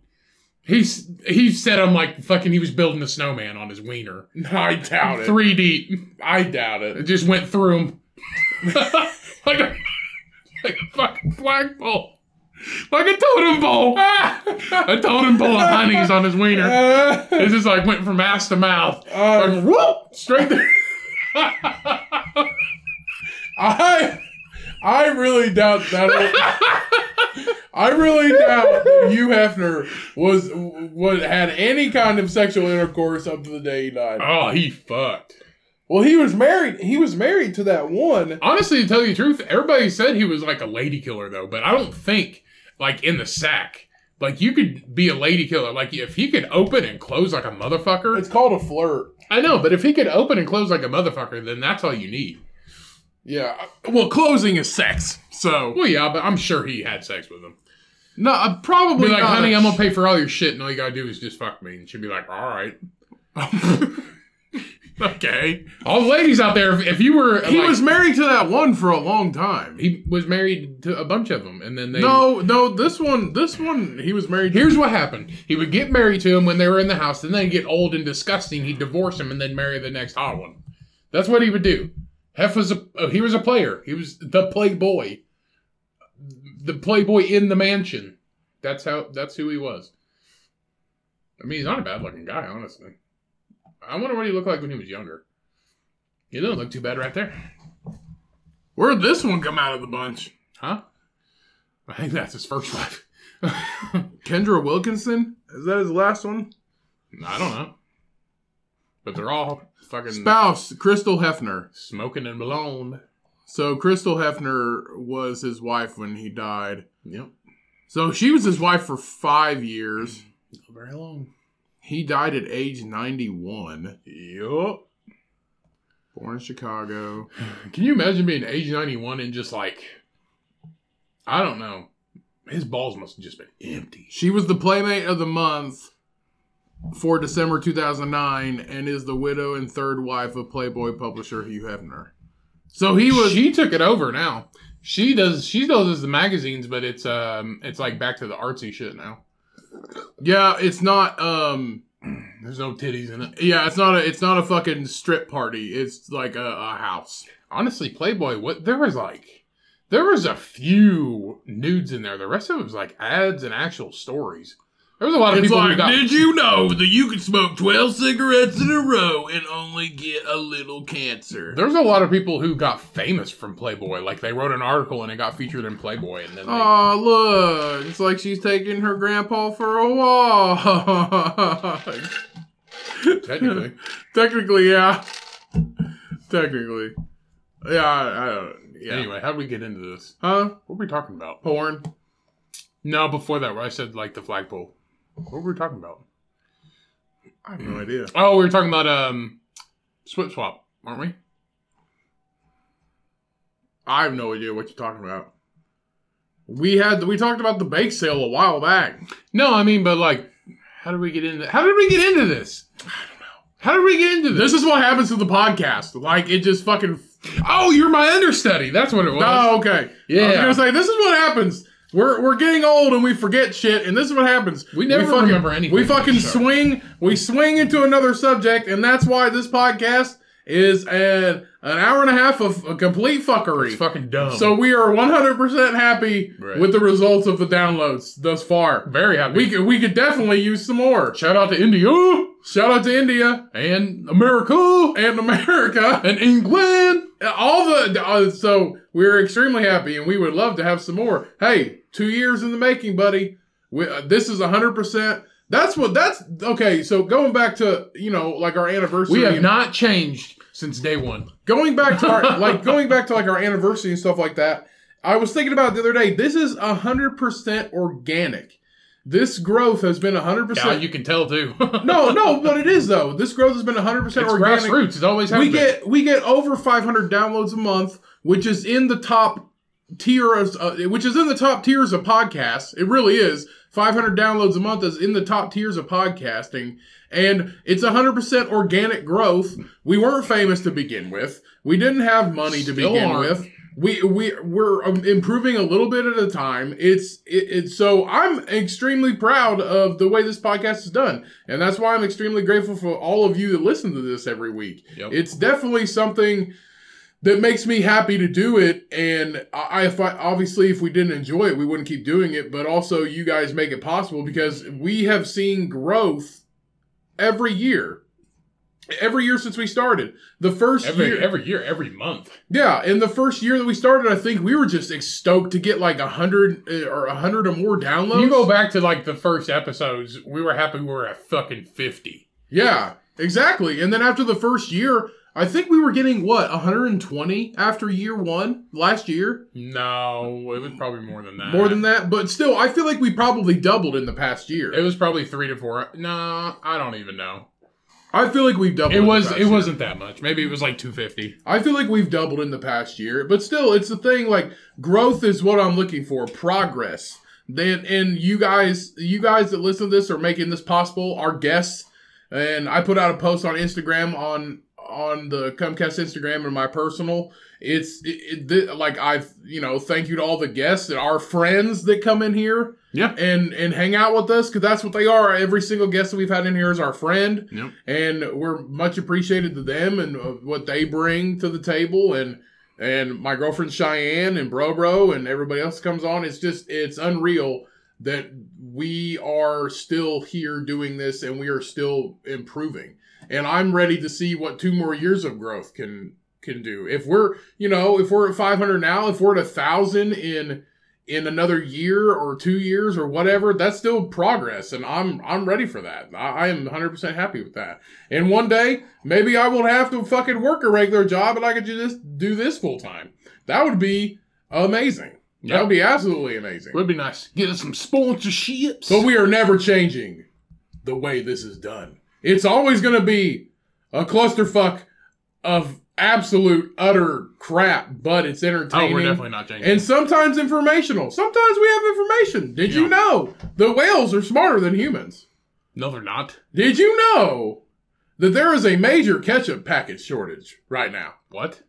He's he said I'm like fucking. He was building a snowman on his wiener.
I doubt it.
Three deep.
I doubt it.
It just went through him. like a like a fucking flagpole. Like a totem pole. a totem pole of honeys on his wiener. It just like went from ass to mouth.
Uh,
Like, whoop, straight there.
I
I really doubt that. I really doubt that Hugh Hefner was was had any kind of sexual intercourse up to the day he died.
Oh, he fucked.
Well, he was married. He was married to that one.
Honestly, to tell you the truth, everybody said he was like a lady killer though, but I don't think like in the sack. Like you could be a lady killer. Like if he could open and close like a motherfucker.
It's called a flirt.
I know, but if he could open and close like a motherfucker, then that's all you need.
Yeah.
Well, closing is sex.
So
Well, yeah, but I'm sure he had sex with him.
no, I probably
Be like,
not.
honey, I'm gonna pay for all your shit, and all you gotta do is just fuck me. And she'd be like, all right. okay. All the ladies out there, if, if you were,
He
like-
was married to that one for a long time.
he was married to a bunch of them, and then they.
no, no, this one, this one, he was married.
Here's what happened. He would get married to him when they were in the house, and then get old and disgusting. He'd divorce him and then marry the next hot one. That's what he would do. Hef was a uh, he was a player. He was the playboy, the playboy in the mansion. That's how. That's who he was. I mean, he's not a bad looking guy, honestly. I wonder what he looked like when he was younger. He doesn't look too bad right there,
Where'd this one come out of the bunch?
huh? I think that's his first wife.
Kendra Wilkinson? Is that his last one?
I don't know, but they're all fucking
Spouse, Crystal Hefner.
smoking and blown.
So Crystal Hefner was his wife when he died.
Yep.
So she was his wife for five years.
Not very long.
He died at age 91.
Yup.
Born in Chicago.
Can you imagine being age 91 and just like, I don't know. His balls must have just been empty.
She was the Playmate of the Month for December 2009 and is the widow and third wife of Playboy publisher Hugh Hefner. So he was.
she took it over now. She does. She does the magazines, but it's um, it's like back to the artsy shit now.
yeah, it's not. um
There's no titties in it.
Yeah, it's not a it's not a fucking strip party. It's like a, a house.
Honestly, Playboy, what there was like, there was a few nudes in there. The rest of it was like ads and actual stories. There was a lot of people who got
you know that you can smoke twelve cigarettes in a row and only get a little cancer?
There's a lot of people who got famous from Playboy. Like they wrote an article and it got featured in Playboy, and then they,
Oh look, it's like she's taking her grandpa for a walk.
technically,
Technically, yeah. Technically, yeah. I, I don't. Yeah.
anyway, how did we get into this?
Huh?
What were we talking about?
Porn.
No, before that, where I said like the flagpole. What were we talking about?
I have no idea.
Oh, we were talking about um, Swip Swap, weren't we?
I have no idea what you're talking about. We had we talked about the bake sale a while back.
No, I mean, but like, how did we get into? How did we get into this? I don't know. How did we get into this?
This is what happens to the podcast. Like it just fucking.
Oh, you're my understudy. That's what it was.
Oh, okay. I was
Yeah.
gonna say this is what happens. We're we're getting old and we forget shit, and this is what happens.
We never
fucking,
remember anything
We
on this
fucking
show.
swing. We swing into another subject, and that's why this podcast is an an hour and a half of a complete
it's
fuckery.
fucking dumb.
So we are 100% happy
Right.
with the results of the downloads thus far.
very happy.
We could we could definitely use some more.
shout out to India
Shout out to India
and America
and America.
and England.
all the uh, so we're extremely happy and we would love to have some more hey two years in the making buddy we, uh, this is 100% that's what that's okay so going back to you know like our anniversary
We have
and-
not changed since day one.
going back to our like going back to like our anniversary and stuff like that i was thinking about it the other day this is 100% organic this growth has been 100%
Yeah, you can tell too.
no no but it is though this growth has been 100%
it's
organic
grassroots. It's always
we
happening.
get we get over 500 downloads a month which is in the top tier of, uh, which is in the top tiers of podcasts it really is 500 downloads a month is in the top tiers of podcasting and it's 100% organic growth we weren't famous to begin with we didn't have money to
Still
begin
aren't.
with we we we're um, improving a little bit at a time. It's it, it's so I'm extremely proud of the way this podcast is done, and that's why I'm extremely grateful for all of you that listen to this every week.
Yep.
It's definitely something that makes me happy to do it, and I, I- if I obviously if we didn't enjoy it, we wouldn't keep doing it. But also, you guys make it possible because we have seen growth every year
Every year since we started, the first
Every
year,
every year, every month.
yeah, in the first year that we started, I think we were just like, stoked to get like a hundred
eh,
uh, or a hundred or more downloads.
You go back to like the first episodes, we were happy we were at fucking fifty.
yeah, exactly. And then after the first year, I think we were getting what 120 after year one last year,
No, it was probably more than that.
more than that. But still, I feel like we probably doubled in the past year.
It was probably three to four. Nah, I don't even know.
I feel like we've doubled.
It
in the
was.
past
It
year.
wasn't that much. Maybe it was like two fifty.
I feel like we've doubled in the past year, but still, it's the thing. Like growth is what I'm looking for. Progress. Then, and you guys, you guys that listen to this are making this possible. Our guests, and I put out a post on Instagram on on the Comcast Instagram and my personal. It's it, it, thi- like I've you know thank you to all the guests and our friends that come in here
Yeah.
and and hang out with us because that's what they are. Every single guest that we've had in here is our friend
Yep.
and we're much appreciated to them and uh, what they bring to the table and and my girlfriend Cheyenne and Bro Bro and everybody else that comes on. It's just it's unreal that we are still here doing this and we are still improving. And I'm ready to see what two more years of growth can can do. If we're you know if we're at 500 now, if we're at a thousand in in another year or two years or whatever, that's still progress, and I'm I'm ready for that. I, I am 100 percent happy with that. And one day, maybe I won't have to fucking work a regular job, and I could do this do this full time. That would be amazing. That
Yeah.
would be absolutely amazing.
Would be nice. Get us some sponsorships. Oh,
But we are never changing the way this is done. It's always going to be a clusterfuck of absolute utter crap, but it's
oh,
entertaining.
we're definitely not changing.
and sometimes informational. Sometimes we have information. Did you
Yeah.
know the whales are smarter than humans?
no, they're not.
Did you know that there is a major ketchup packet shortage right now?
What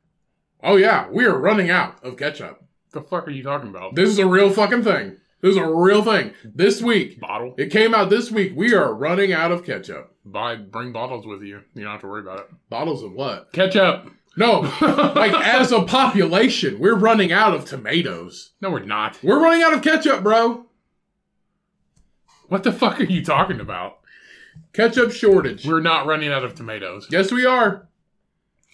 Oh yeah, we are running out of ketchup.
the fuck are you talking about?
This is a real fucking thing. This is a real thing. This week,
Bottle.
it came out this week. We are running out of ketchup.
Buy. Bring bottles with you. You don't have to worry about it.
Bottles of what?
Ketchup.
No, like as a population, we're running out of tomatoes.
No, we're not.
We're running out of ketchup, bro.
What the fuck are you talking about?
Ketchup shortage.
We're not running out of tomatoes.
yes, we are.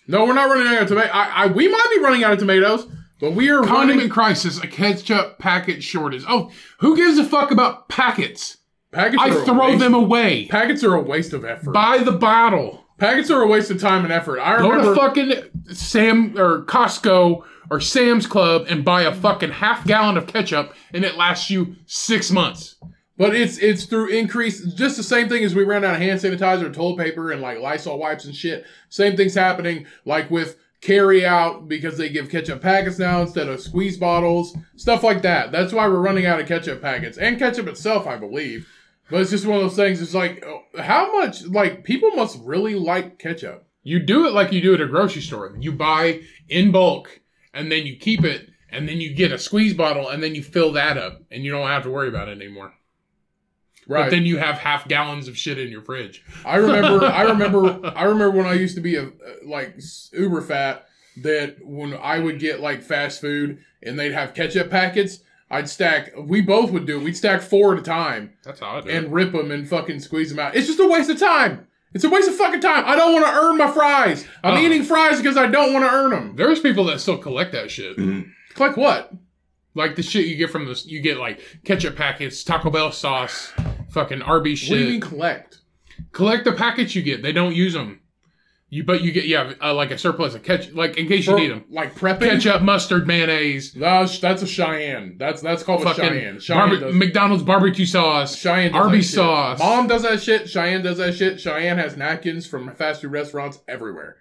No, we're not running out of tomatoes. I, I, we might be running out of tomatoes, but we are running
Condiment crisis, a ketchup packet shortage. Oh, who gives a fuck about packets?
packets.
I
are a
throw
waste-
them away.
Packets are a waste of effort.
Buy the bottle.
Packets are a waste of time and effort. I
Go
remember.
to fucking Sam or Costco or Sam's Club and buy a fucking half gallon of ketchup, and it lasts you six months.
But it's it's through increase, just the same thing as we ran out of hand sanitizer, and toilet paper, and like Lysol wipes and shit. Same thing's happening, like with carry out because they give ketchup packets now instead of squeeze bottles, stuff like that. That's why we're running out of ketchup packets and ketchup itself, I believe. But it's just one of those things. It's like oh, how much like people must really like ketchup.
You do it like you do at a grocery store. You buy in bulk, and then you keep it, and then you get a squeeze bottle, and then you fill that up, and you don't have to worry about it anymore. But
Right.
then you have half gallons of shit in your fridge.
I remember, I remember, I remember when I used to be a like uber fat. That when I would get like fast food and they'd have ketchup packets, I'd stack. We both would do it. We'd stack four at a time
That's how I do it.
and rip them and fucking squeeze them out. It's just a waste of time. It's a waste of fucking time. I don't want to earn my fries. I'm
Uh-huh.
eating fries because I don't want to earn them.
There's people that still collect that shit.
Click what?
Like the shit you get from the you get like ketchup packets, Taco Bell sauce, fucking Arby's
What do
shit.
you mean collect?
Collect the packets you get. They don't use them. You but you get yeah uh, like a surplus of ketchup, like in case you
For-
need them.
Like prepping?
Ketchup, mustard, mayonnaise,
That's, that's a Cheyenne. That's that's called a Oh, Cheyenne.
fucking
Cheyenne
barbe-
does-
McDonald's barbecue sauce.
Cheyenne does
Arby's
that shit.
sauce.
Mom does that shit. Cheyenne does that shit. Cheyenne has napkins from fast food restaurants everywhere,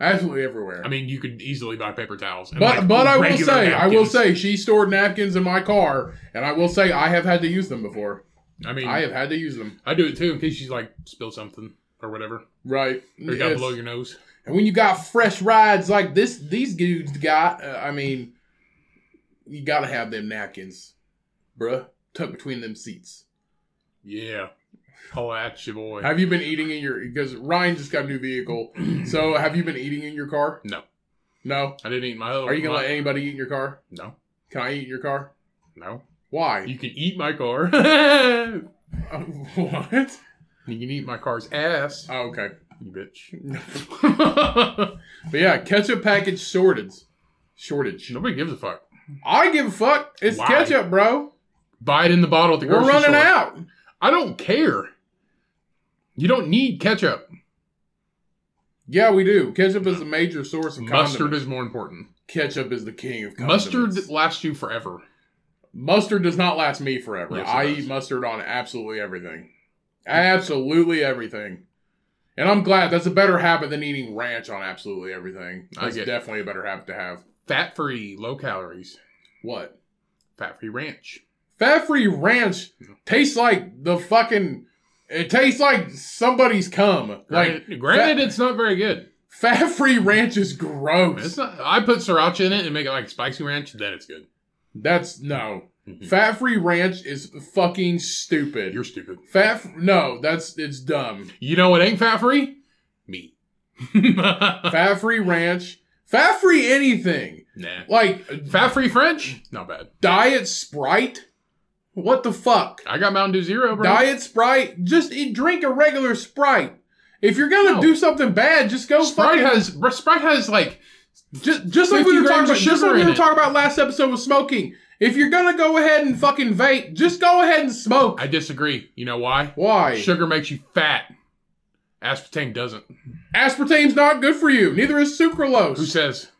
absolutely everywhere.
I mean, you could easily buy paper towels. and,
but
like,
but I will
regular
say I will
napkins.
say she stored napkins in my car, and I will say I have had to use them before.
I mean
I have had to use them.
I do it too in case you like spill something or whatever
Right.
or you got to
Yes.
blow your nose.
And when you got fresh rides like this, these dudes got. Uh, I mean, you gotta have them napkins, bruh, tucked between them seats.
Yeah, holla at you, boy.
Have you been eating in your? Because Ryan just got a new vehicle, so have you been eating in your car?
No.
No.
I didn't eat my.
Are you gonna
my-
let anybody eat in your car?
No,
Can I eat in your car?
no.
Why?
You can eat my car. you
what?
can eat my car's ass.
Oh, okay. you bitch.
but yeah, ketchup package shortage. Shortage.
Nobody gives a fuck.
I give a fuck. It's
Why?
ketchup, bro.
Buy it in the bottle at the
We're
grocery
running
store.
out.
I don't care. You don't need ketchup.
Yeah, we do. Ketchup is a major source of
Mustard
condiments.
is more important.
Ketchup is the king of condiments.
Mustard lasts you forever.
Mustard does not last me forever.
Yes, it
I
does.
eat mustard on absolutely everything. Absolutely everything. And I'm glad that's a better habit than eating ranch on absolutely everything.
I
That's
get-
definitely a better habit to have.
Fat free, low calories,
What?
fat free ranch.
Fat free ranch tastes like the fucking. It tastes like somebody's cum. Like,
Granted, granted it's not very good.
fat free ranch is
It's
gross.
not, I put sriracha in it and make it like spicy ranch, then it's good.
That's no. Fat free ranch is fucking stupid.
Mm-hmm. You're stupid.
Fat. f- No, that's. It's dumb.
You know what ain't fat free? Me. nah.
fat free ranch, fat free anything. Like
Fat free French? Not bad.
diet Sprite? What the fuck?
I got Mountain Dew Zero, bro.
Diet Sprite? Just eat, drink a regular Sprite. If you're gonna
No.
do something bad, just go
Sprite
fucking
has bro, Sprite has like
just, just like we
50
were talking
grams of
about just
sugar
like we
in
were
it.
talking about last episode with smoking. If you're gonna go ahead and fucking vape, just go ahead and smoke.
I disagree. You know why?
Why?
Sugar makes you fat. Aspartame doesn't.
Aspartame's not good for you. Neither is sucralose.
Who says?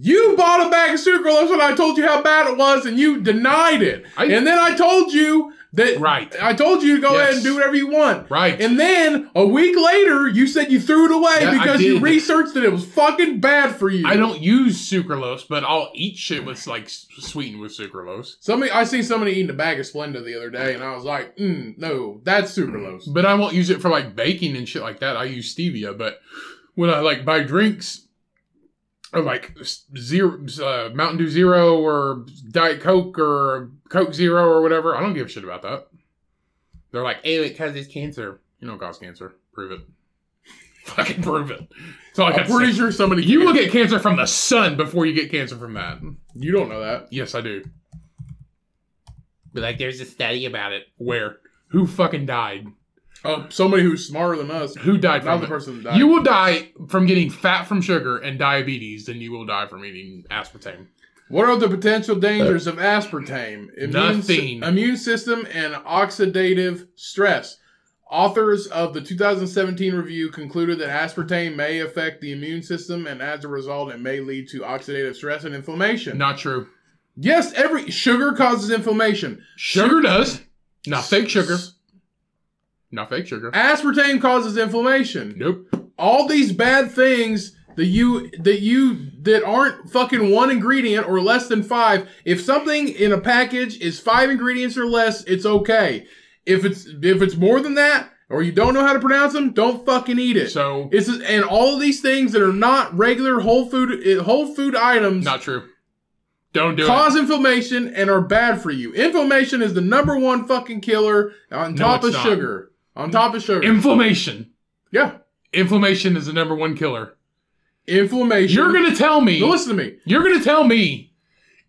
You bought a bag of sucralose and I told you how bad it was and you denied it.
I-
and then I told you that
Right.
I told you to go ahead and
Yes.
do whatever you want.
Right.
And then a week later you said you threw it away
Yeah, I
because you
did.
researched that it was fucking bad for you.
I don't use sucralose, but I'll eat shit with like s- sweetened with sucralose.
Somebody I see somebody eating a bag of Splenda the other day and I was like, mm, no, that's sucralose.
But I won't use it for like baking and shit like that. I use stevia. But when I like buy drinks or like s- zero uh, Mountain Dew Zero or Diet Coke or Coke Zero or whatever, I don't give a shit about that. They're like, "Ew, it causes cancer." You don't cause cancer. Prove it. Fucking prove it. That's all I
I'm
got to
pretty
say.
sure somebody
You will get cancer from the sun before you get cancer from that.
You don't know that.
Yes, I do. But like, there's a study about it. Where? Who fucking died?
Oh, somebody who's smarter than us.
Who died
Not
from
the
it?
person that died.
You will die from getting fat from sugar and diabetes than you will die from eating aspartame.
What are the potential dangers of aspartame? Immune,
Nothing.
immune system and oxidative stress. Authors of the 2017 review concluded that aspartame may affect the immune system, and as a result, it may lead to oxidative stress and inflammation.
Not true.
Yes, every sugar causes inflammation.
Sugar does. Not fake sugar.
S-
Not fake sugar.
Aspartame causes inflammation.
Nope.
All these bad things that you that you that aren't fucking one ingredient or less than five. If something in a package is five ingredients or less, it's okay. If it's if it's more than that, or you don't know how to pronounce them, don't fucking eat it.
So
it's and all of these things that are not regular whole food eh, whole food items
not true. Don't do
cause inflammation and are bad for you. Inflammation is the number one fucking killer on
No,
top
it's
of
not.
sugar. On top of sugar.
it. Inflammation.
yeah.
Inflammation is the number one killer.
Inflammation.
You're gonna tell me.
No, listen to me.
You're gonna tell me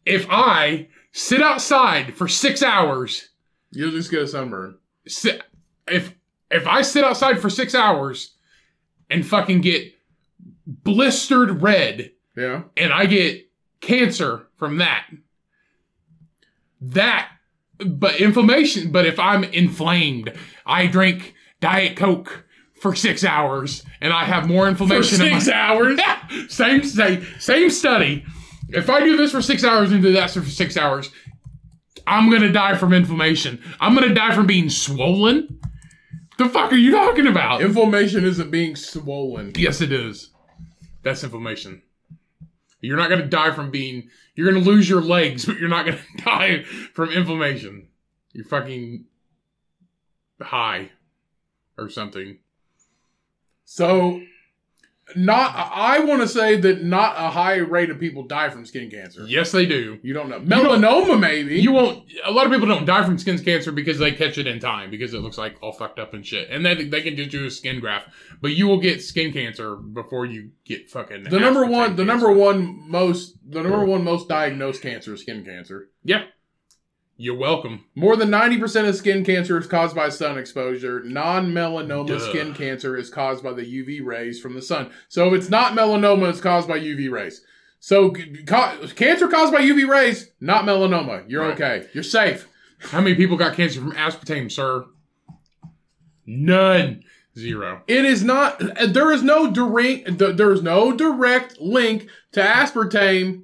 if I sit outside for six hours
You'll just get a sunburn.
sit, if if I sit outside for six hours and fucking get blistered red
Yeah.
and I get cancer from that, that but inflammation. But if I'm inflamed, I drink diet coke for six hours and I have more inflammation. in my-
hours.
yeah, same same same study. If I do this for six hours and do that for six hours, I'm gonna die from inflammation. I'm gonna die from being swollen. The fuck are you talking about?
Inflammation isn't being swollen.
yes, it is. That's inflammation. You're not gonna die from being. You're gonna lose your legs, but you're not gonna die from inflammation. You're fucking high or something.
So, not. I want to say that not a high rate of people die from skin cancer.
Yes, they do.
You don't know melanoma, maybe.
You won't. A lot of people don't die from skin cancer because they catch it in time because it looks like all fucked up and shit, and then they can just do a skin graft. But you will get skin cancer before you get fucking.
the number
aspartame
one, the
cancer.
number one most, the number one most diagnosed cancer is skin cancer.
Yeah, You're welcome. More than 90% of skin cancer is caused by sun exposure. Non melanoma
Duh.
skin cancer is caused by the UV rays from the sun. So if it's not melanoma, it's caused by UV rays. So c- ca- cancer caused by UV rays, not melanoma. You're
Right.
okay. You're safe.
How many people got cancer from aspartame, sir? None. Zero.
It is not. There is no direct. There is no direct link to aspartame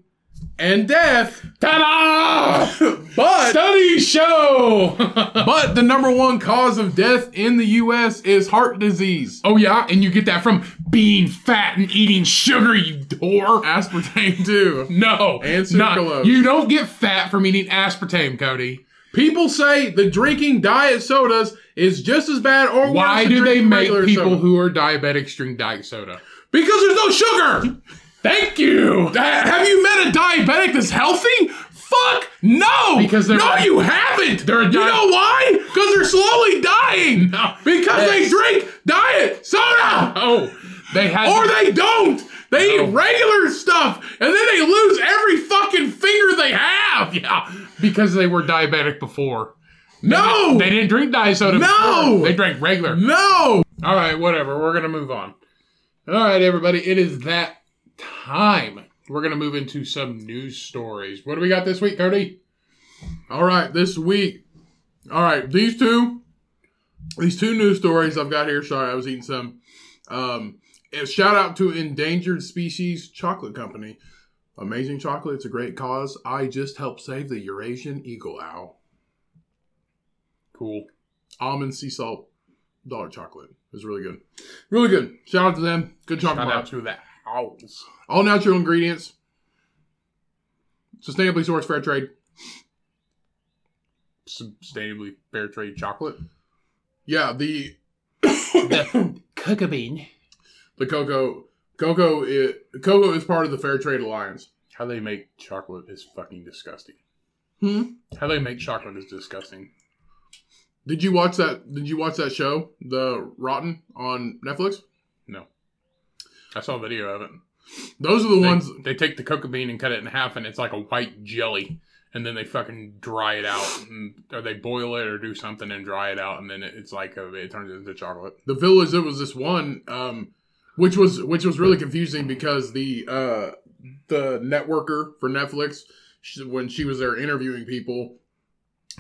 and death.
Ta-da!
But
Studies show.
but the number one cause of death in the U.S. is heart disease.
oh yeah, and you get that from being fat and eating sugar, you whore.
Aspartame too.
No,
And
not-
sucralose.
you don't get fat from eating aspartame, Cody.
People say the drinking diet sodas is just as bad or worse.
Why
than
do they
drinking
make
regular
people
soda.
who are diabetics drink diet soda?
Because there's no sugar.
Thank you.
Have you met a diabetic that's healthy? Fuck no!
Because they're-
no, you haven't.
They're a
you
di-
know why? Because they're slowly dying.
No.
Because they
Yes.
drink diet soda,
Oh, they had.
or they don't. They
No.
eat regular stuff, and then they lose every fucking finger they have.
yeah, because they were diabetic before.
No,
They didn't drink diet soda.
No!
before. they drank regular.
no.
All right, whatever. We're gonna move on. All right, everybody. It is that time. We're gonna move into some news stories. What do we got this week, Cody?
All right, this week. All right, these two, these two news stories I've got here. Sorry, I was eating some. Um, a shout out to Endangered Species Chocolate Company. Amazing chocolate. It's a great cause. I just helped save the Eurasian eagle owl.
Cool.
Almond sea salt dollar chocolate. It's really good. Really good. Shout out to them. Good chocolate.
Shout out
bar.
to the owls.
All natural ingredients. Sustainably sourced fair trade.
Sustainably fair trade chocolate.
Yeah, the
Cocoa bean.
the cocoa cocoa is, cocoa is part of the fair trade alliance
How they make chocolate is fucking disgusting.
hmm?
How they make chocolate is disgusting.
did you watch that did you watch that show the rotten on netflix
I saw a video of it.
those are the
They,
ones
they take the cocoa bean and cut it in half, and it's like a white jelly. And then they fucking dry it out, and, or they boil it, or do something and dry it out, and then it, it's like a, it turns into chocolate.
the villas it was this one um which was which was really confusing because the uh the networker for netflix she, when she was there interviewing people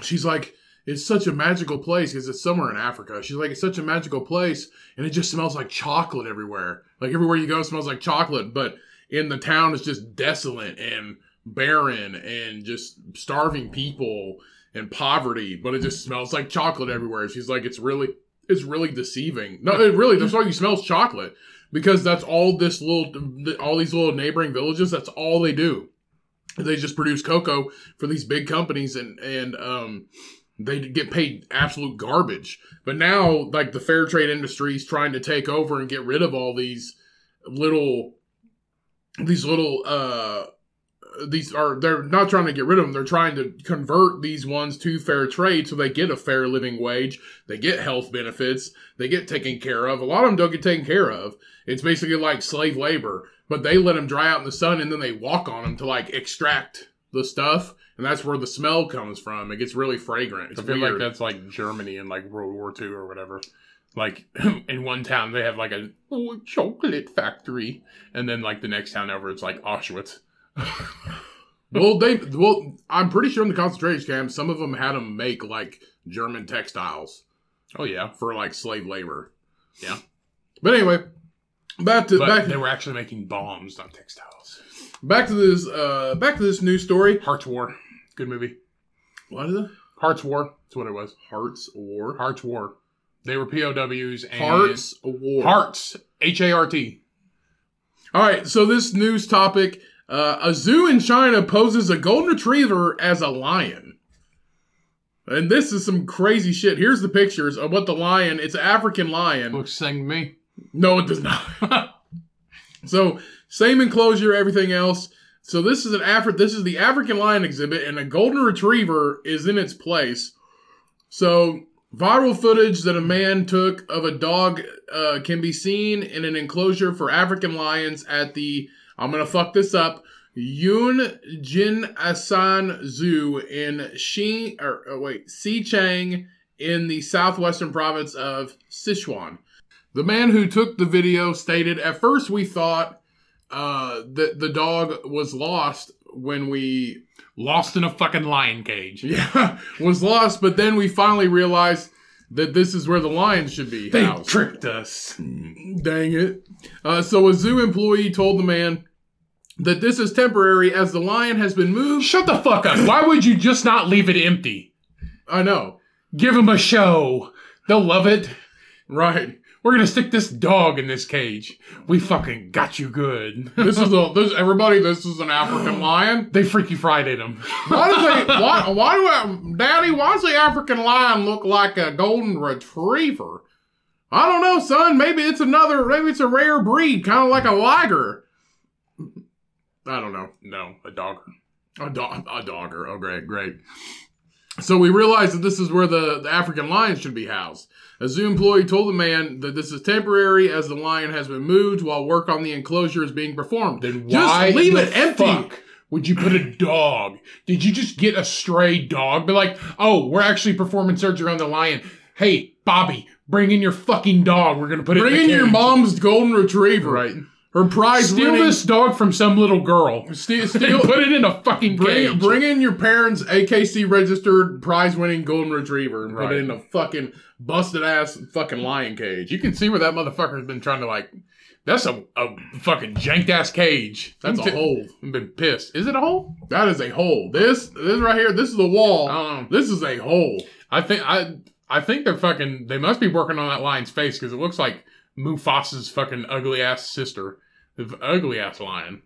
she's like it's such a magical place because it's somewhere in Africa. She's like, it's such a magical place, and it just smells like chocolate everywhere. Like everywhere you go, it smells like chocolate. But in the town, it's just desolate and barren and just starving people and poverty. But it just smells like chocolate everywhere. She's like, it's really, it's really deceiving. No, it really. That's why you smell chocolate because that's all this little, all these little neighboring villages. That's all they do. They just produce cocoa for these big companies and and um they get paid absolute garbage. But now, like the fair trade industry is trying to take over and get rid of all these little, these little, uh, these are they're not trying to get rid of them. They're trying to convert these ones to fair trade so they get a fair living wage. They get health benefits. They get taken care of. A lot of them don't get taken care of. It's basically like slave labor, but they let them dry out in the sun and then they walk on them to like extract the stuff. And that's where the smell comes from. It gets really fragrant. It's
I feel like
weird.
that's like Germany in like World War II or whatever. Like in one town they have like a oh, chocolate factory, and then like the next town over it's like Auschwitz.
well, they well, I'm pretty sure in the concentration camps, some of them had them make like German textiles
Oh yeah,
for like slave labor.
Yeah.
But anyway, back to
but
back
they were actually making bombs, not textiles.
back to this uh back to this news story.
Hearts War, good movie.
What is it?
Hearts War, that's what it was.
Hearts War.
Hearts War. They were POWs and
Hearts War.
Hearts. H A R T.
All right, so this news topic: uh, a zoo in China poses a golden retriever as a lion. And this is some crazy shit. Here's the pictures of what the lion. It's an African lion.
Looks the same to me.
No, it does not. so same enclosure, everything else. So this is an Afri- This is the African lion exhibit, and a golden retriever is in its place. So viral footage that a man took of a dog uh, can be seen in an enclosure for African lions at the. I'm gonna fuck this up. Yoon Jin Asan Zhu in Shi or oh, wait Xichang in the southwestern province of Sichuan. The man who took the video stated, "At first, we thought uh, that the dog was lost when we
Lost in a fucking lion cage.
yeah was lost, but then we finally realized that this is where the lions should be
They
housed."
tricked us.
Dang it. Uh, so a zoo employee told the man that this is temporary as the lion has been moved.
Shut the fuck up. Why would you just not leave it empty?
I know.
Give them a show. They'll love it.
Right.
We're gonna stick this dog in this cage. We fucking got you good.
This is a this everybody, this is an African lion.
they freaky Friday them.
Why do they why why do I, Daddy, why does the African lion look like a golden retriever? I don't know, son. Maybe it's another maybe it's a rare breed, kinda like a liger. I don't know.
No, a dog.
A, dog, a dogger. Oh, great, great. So we realized that this is where the, the African lion should be housed. A zoo employee told the man that this is temporary as the lion has been moved while work on the enclosure is being performed.
Then
Just
why
leave
the
it empty.
fuck would you put a dog? Did you just get a stray dog? Be like, oh, we're actually performing surgery on the lion. Hey, Bobby, bring in your fucking dog. We're gonna put it.
Bring
in,
in
the
your
cage."
mom's golden retriever.
Right.
Her prize
Steal
winning.
this dog from some little girl.
Steal,
Then
steal,
put it in a fucking
bring,
cage.
bring in your parents' AKC registered prize winning golden retriever and put
Right.
it in a fucking busted ass fucking lion cage. You can see where that motherfucker's been trying to like
That's a, a fucking janked ass cage.
That's a hole.
I've been pissed. Is it a hole?
That is a hole. This this right here, this is a wall.
I don't know.
This is a hole.
I think I I think they're fucking. They must be working on that lion's face because it looks like Mufasa's fucking ugly ass sister, the ugly ass lion.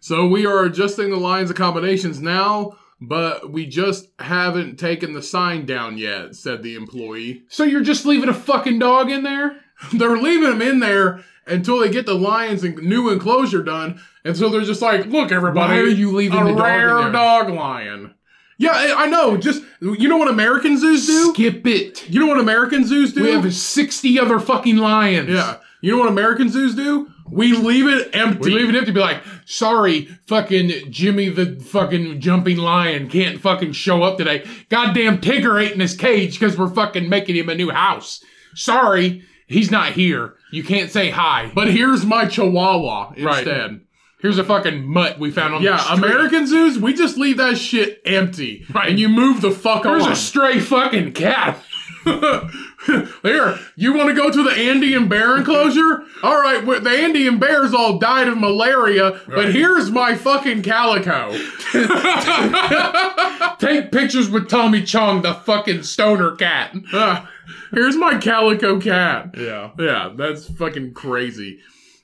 So we are adjusting the lines accommodations now, but we just haven't taken the sign down yet, said the employee.
So you're just leaving a fucking dog in there?
they're leaving them in there until they get the lions and new enclosure done, and so they're just like, look everybody,
Why are you leaving
a
the dog in
rare
there?
dog lion. Yeah, I I know. Just you know what American zoos do?
Skip it.
You know what American zoos do?
We have sixty other fucking lions.
yeah. You know what American zoos do? We leave it empty.
We leave it empty. Be like, sorry, fucking Jimmy the fucking jumping lion can't fucking show up today. Goddamn Tigger ain't in his cage because we're fucking making him a new house. Sorry, he's not here. You can't say hi.
But here's my chihuahua
Right.
instead.
Here's a fucking mutt we found on the
Yeah,
street.
American zoos, we just leave that shit empty.
Right.
And you move the fuck
There's
on.
a stray fucking cat.
there, you want to go to the Andean bear enclosure? All right, well, the Andean bears all died of malaria, but
Right.
here's my fucking calico.
Take pictures with Tommy Chong, the fucking stoner cat.
Ah, here's my calico cat.
Yeah.
Yeah, that's fucking crazy.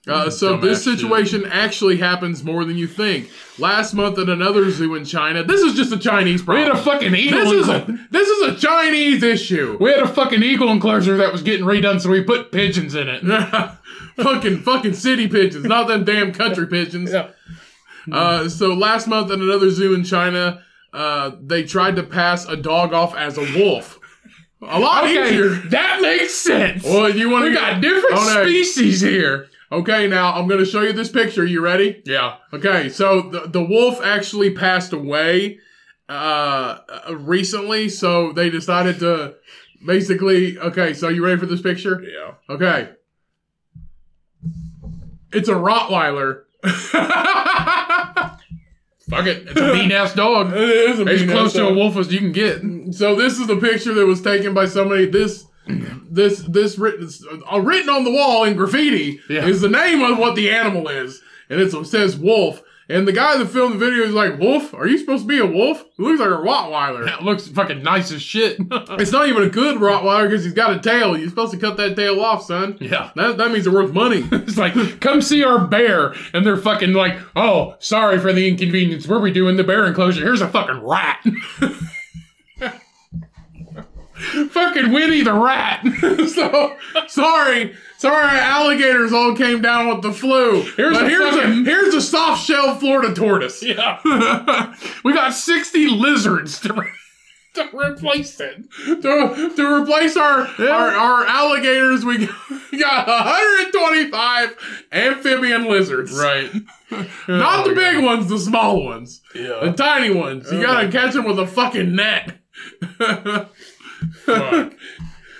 Uh, so
Dumbass
this
shit.
situation actually happens more than you think. Last month at another zoo in China, this is just a Chinese
We had
problem.
a fucking eagle.
This is
enclo-
a this is a Chinese issue.
we had a fucking eagle enclosure that was getting redone, so we put pigeons in it.
fucking fucking city pigeons, not them damn country pigeons.
Yeah.
Uh, so last month at another zoo in China, uh, they tried to pass a dog off as a wolf. A lot
Okay,
easier.
that makes sense.
Well, you want
we
to
got different species here.
Okay, now I'm going to show you this picture. You ready?
Yeah.
Okay, so the, the wolf actually passed away uh, uh, recently, so they decided to basically. Okay, so you ready for this picture?
Yeah.
Okay. It's a Rottweiler.
Fuck it. It's a mean ass dog.
It is a
As
mean
close to a
ass
wolf as you can get.
dog. So this is the picture that was taken by somebody. This, this, this written, uh, written on the wall in graffiti
Yeah.
is the name of what the animal is, and it's, it says wolf. And the guy that filmed the video is like, "Wolf? Are you supposed to be a wolf? It looks like a Rottweiler.
That looks fucking nice as shit.
It's not even a good Rottweiler because he's got a tail. You're supposed to cut that tail off, son.
yeah.
That, that means they're worth money."
It's like, come see our bear. And they're fucking like, oh, sorry for the inconvenience. We're redoing the bear enclosure. Here's a fucking rat. fucking Winnie the rat.
so sorry, sorry, alligators all came down with the flu.
Here's
but
a
here's a
fucking-
here's a soft shell Florida tortoise.
yeah. we got 60 lizards to,
to replace it. To, to replace our, our our alligators, we got 125 amphibian lizards.
Right. Oh,
Not the big ones, the small ones, the
Yeah.
tiny ones. You
Oh
gotta
my
catch them with a fucking net.
Fuck.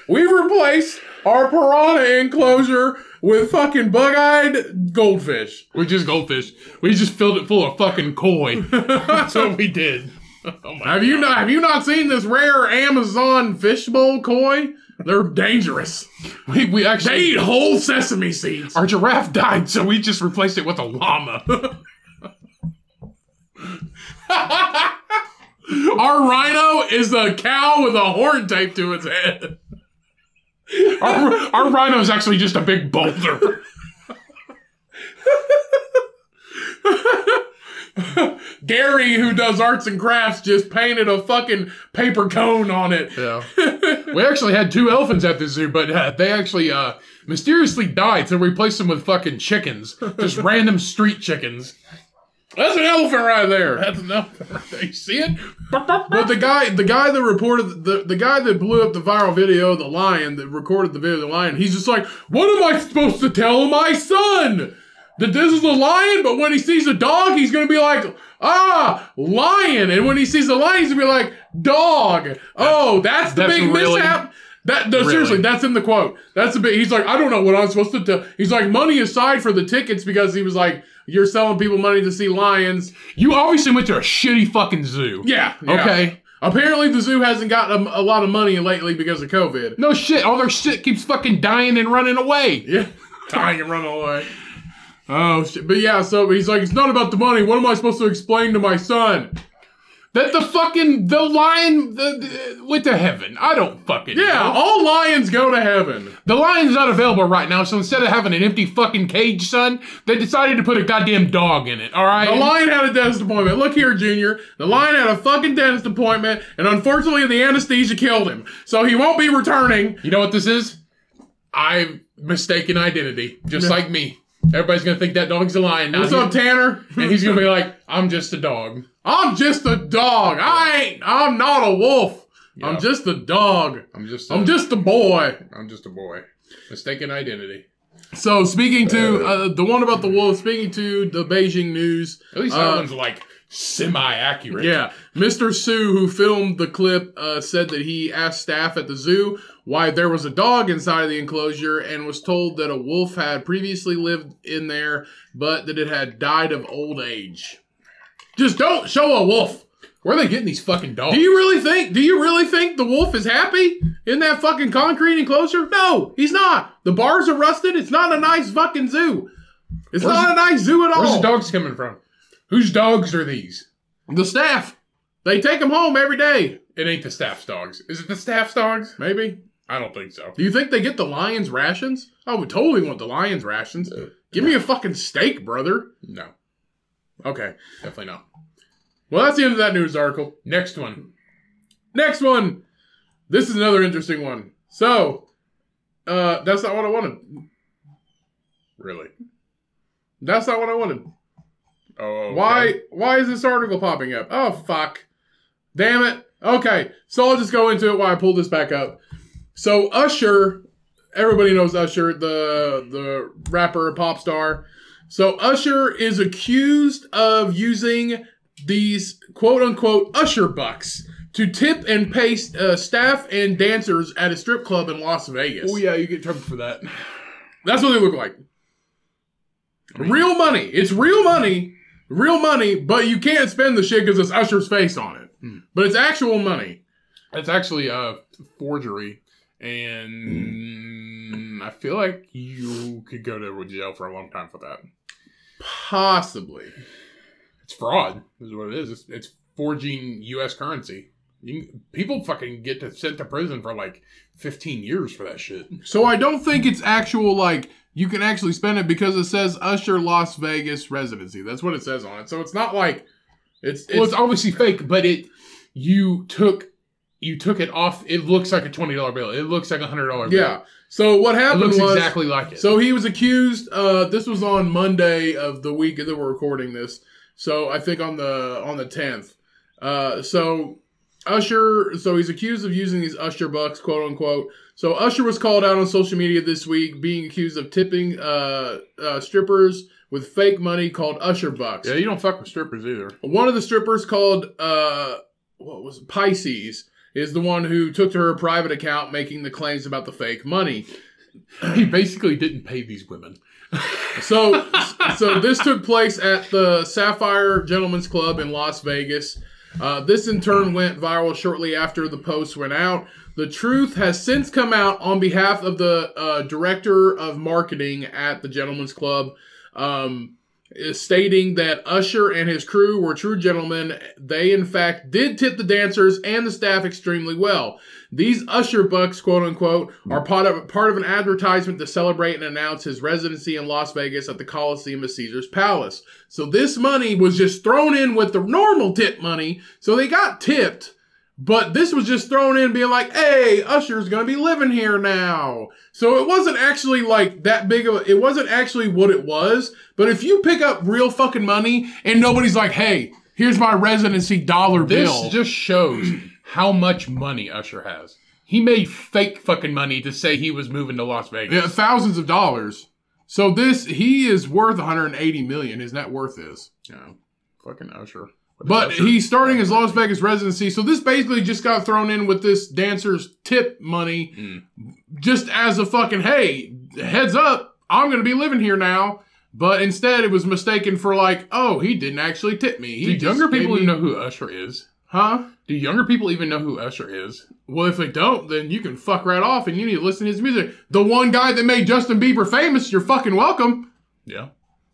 We replaced our piranha enclosure with fucking bug-eyed goldfish.
We just goldfish. We just filled it full of fucking koi. That's what we did. Oh my
Have you not have you not seen this rare Amazon fishbowl koi? They're dangerous.
We, we
They
actually
eat whole sesame seeds.
our giraffe died, so we just replaced it with a llama.
Our rhino is a cow with a horn taped to its head.
Our, our rhino is actually just a big boulder.
Gary, who does arts and crafts, just painted a fucking paper cone on it.
Yeah. We actually had two elephants at the zoo, but uh, they actually uh, mysteriously died, so we replaced them with fucking chickens. Just random street chickens.
That's an elephant right there.
That's enough.
You see it? But the guy, the guy that reported the the guy that blew up the viral video of the lion that recorded the video of the lion, he's just like, what am I supposed to tell my son that this is a lion? But when he sees a dog, he's gonna be like, ah, lion, and when he sees a lion, he's gonna be like, dog. Oh, that's the
That's
big
really-
mishap. That no,
Really?
seriously, that's in the quote. That's a bit. He's like, I don't know what I'm supposed to tell. He's like, money aside for the tickets because he was like, you're selling people money to see lions.
You obviously went to a shitty fucking zoo.
Yeah. yeah.
Okay.
Apparently, the zoo hasn't got a, a lot of money lately because of COVID.
No shit. All their shit keeps fucking dying and running away.
Yeah, dying and running away. Oh shit! But yeah, so he's like, it's not about the money. What am I supposed to explain to my son?
That the fucking the lion the, the, went to heaven. I don't fucking
Yeah,
know.
all lions go to heaven.
The lion's not available right now, so instead of having an empty fucking cage, son, they decided to put a goddamn dog in it. All right.
The lion had a dentist appointment. Look here, Junior. The lion had a fucking dentist appointment, and unfortunately, the anesthesia killed him. So he won't be returning.
you know what this is?
I.
Mistaken identity, just
Yeah.
like me. Everybody's gonna think that dog's a lion. Now
What's up, Tanner?
And he's gonna be like, "I'm just a dog."
I'm just a dog. I ain't. I'm not a wolf.
Yeah.
I'm just a dog.
I'm just. A,
I'm just a boy.
I'm just a boy. Mistaken identity.
So speaking to uh, the one about the wolf, speaking to the Beijing news,
At least
Uh,
that one's like semi-accurate.
yeah, Mr. Su, who filmed the clip, uh, said that he asked staff at the zoo why there was a dog inside of the enclosure and was told that a wolf had previously lived in there, but that it had died of old age. Just don't show a wolf.
Where are they getting these fucking dogs?
Do you really think? Do you really think the wolf is happy in that fucking concrete enclosure? No, he's not. The bars are rusted. It's not a nice fucking zoo. It's
Where's
not a nice zoo at
Where's
all.
the dogs coming from? Whose dogs are these?
The staff, they take him home every day.
It ain't the staff's dogs. Is it the staff's dogs?
Maybe.
I don't think so.
Do you think they get the lions rations? I would totally want the lions rations.
Uh,
Give me a fucking steak, brother.
No,
Okay.
definitely not.
Well, that's the end of that news article.
Next one.
Next one. This is another interesting one. So, uh, that's not what I wanted.
Really?
That's not what I wanted.
Oh, okay.
Why why is this article popping up? Oh fuck. Damn it. Okay. So I'll just go into it while I pull this back up. So Usher, everybody knows Usher, the the rapper pop star. So Usher is accused of using these quote unquote Usher bucks to tip and pay uh, staff and dancers at a strip club in Las Vegas.
Oh yeah, you get in trouble for that.
That's what they look like.
I mean-
real money. It's real money. Real money, but you can't spend the shit because it's Usher's face on it.
Hmm.
But it's actual money.
It's actually a forgery,
Hmm.
and I feel like you could go to jail for a long time for that.
Possibly.
It's fraud, is what it is. It's, it's forging U.S. currency. You can, people fucking get to, sent to prison for like 15 years for that shit.
So I don't think it's actual, like, you can actually spend it because it says Usher Las Vegas residency. That's what it says on it. So it's not like it's, it's,
well, it's obviously fake, but it you took you took it off. It looks like a twenty dollar bill. It looks like a hundred dollar bill.
yeah. So what
it
happened
looks
was
exactly like it.
So he was accused. Uh, this was on Monday of the week that we're recording this. So I think on the on the tenth. Uh, so uh, Usher, so he's accused of using these Usher bucks, quote unquote. So Usher was called out on social media this week, being accused of tipping uh, uh, strippers with fake money called Usher bucks.
Yeah, you don't fuck with strippers either.
One of the strippers called uh, what was it? Pisces is the one who took to her private account, making the claims about the fake money.
He basically didn't pay these women.
So, so this took place at the Sapphire Gentlemen's Club in Las Vegas. Uh, this in turn went viral shortly after the post went out. The truth has since come out on behalf of the uh, director of marketing at the Gentlemen's Club, um, is stating that Usher and his crew were true gentlemen. They, in fact, did tip the dancers and the staff extremely well. These Usher bucks, quote unquote, are part of, part of an advertisement to celebrate and announce his residency in Las Vegas at the Coliseum of Caesar's Palace. So this money was just thrown in with the normal tip money. So they got tipped, but this was just thrown in being like, hey, Usher's going to be living here now. So it wasn't actually like that big of a, it wasn't actually what it was. But if you pick up real fucking money and nobody's like, hey, here's my residency dollar
This
bill.
just shows how much money Usher has. He made fake fucking money to say he was moving to Las Vegas.
Yeah, thousands of dollars. So this he is worth 180 million. His net worth is.
Yeah. Fucking Usher. What
But
Usher-
he's starting his Las Vegas residency. So this basically just got thrown in with this dancer's tip money,
Mm.
just as a fucking hey, heads up, I'm gonna be living here now. But instead, it was mistaken for like, oh, he didn't actually tip me. He
Do
just
younger
gave
people
me-
even know who Usher is?
huh?
Do younger people even know who Usher is?
Well, if they don't, then you can fuck right off, and you need to listen to his music. The one guy that made Justin Bieber famous, you're fucking welcome.
Yeah.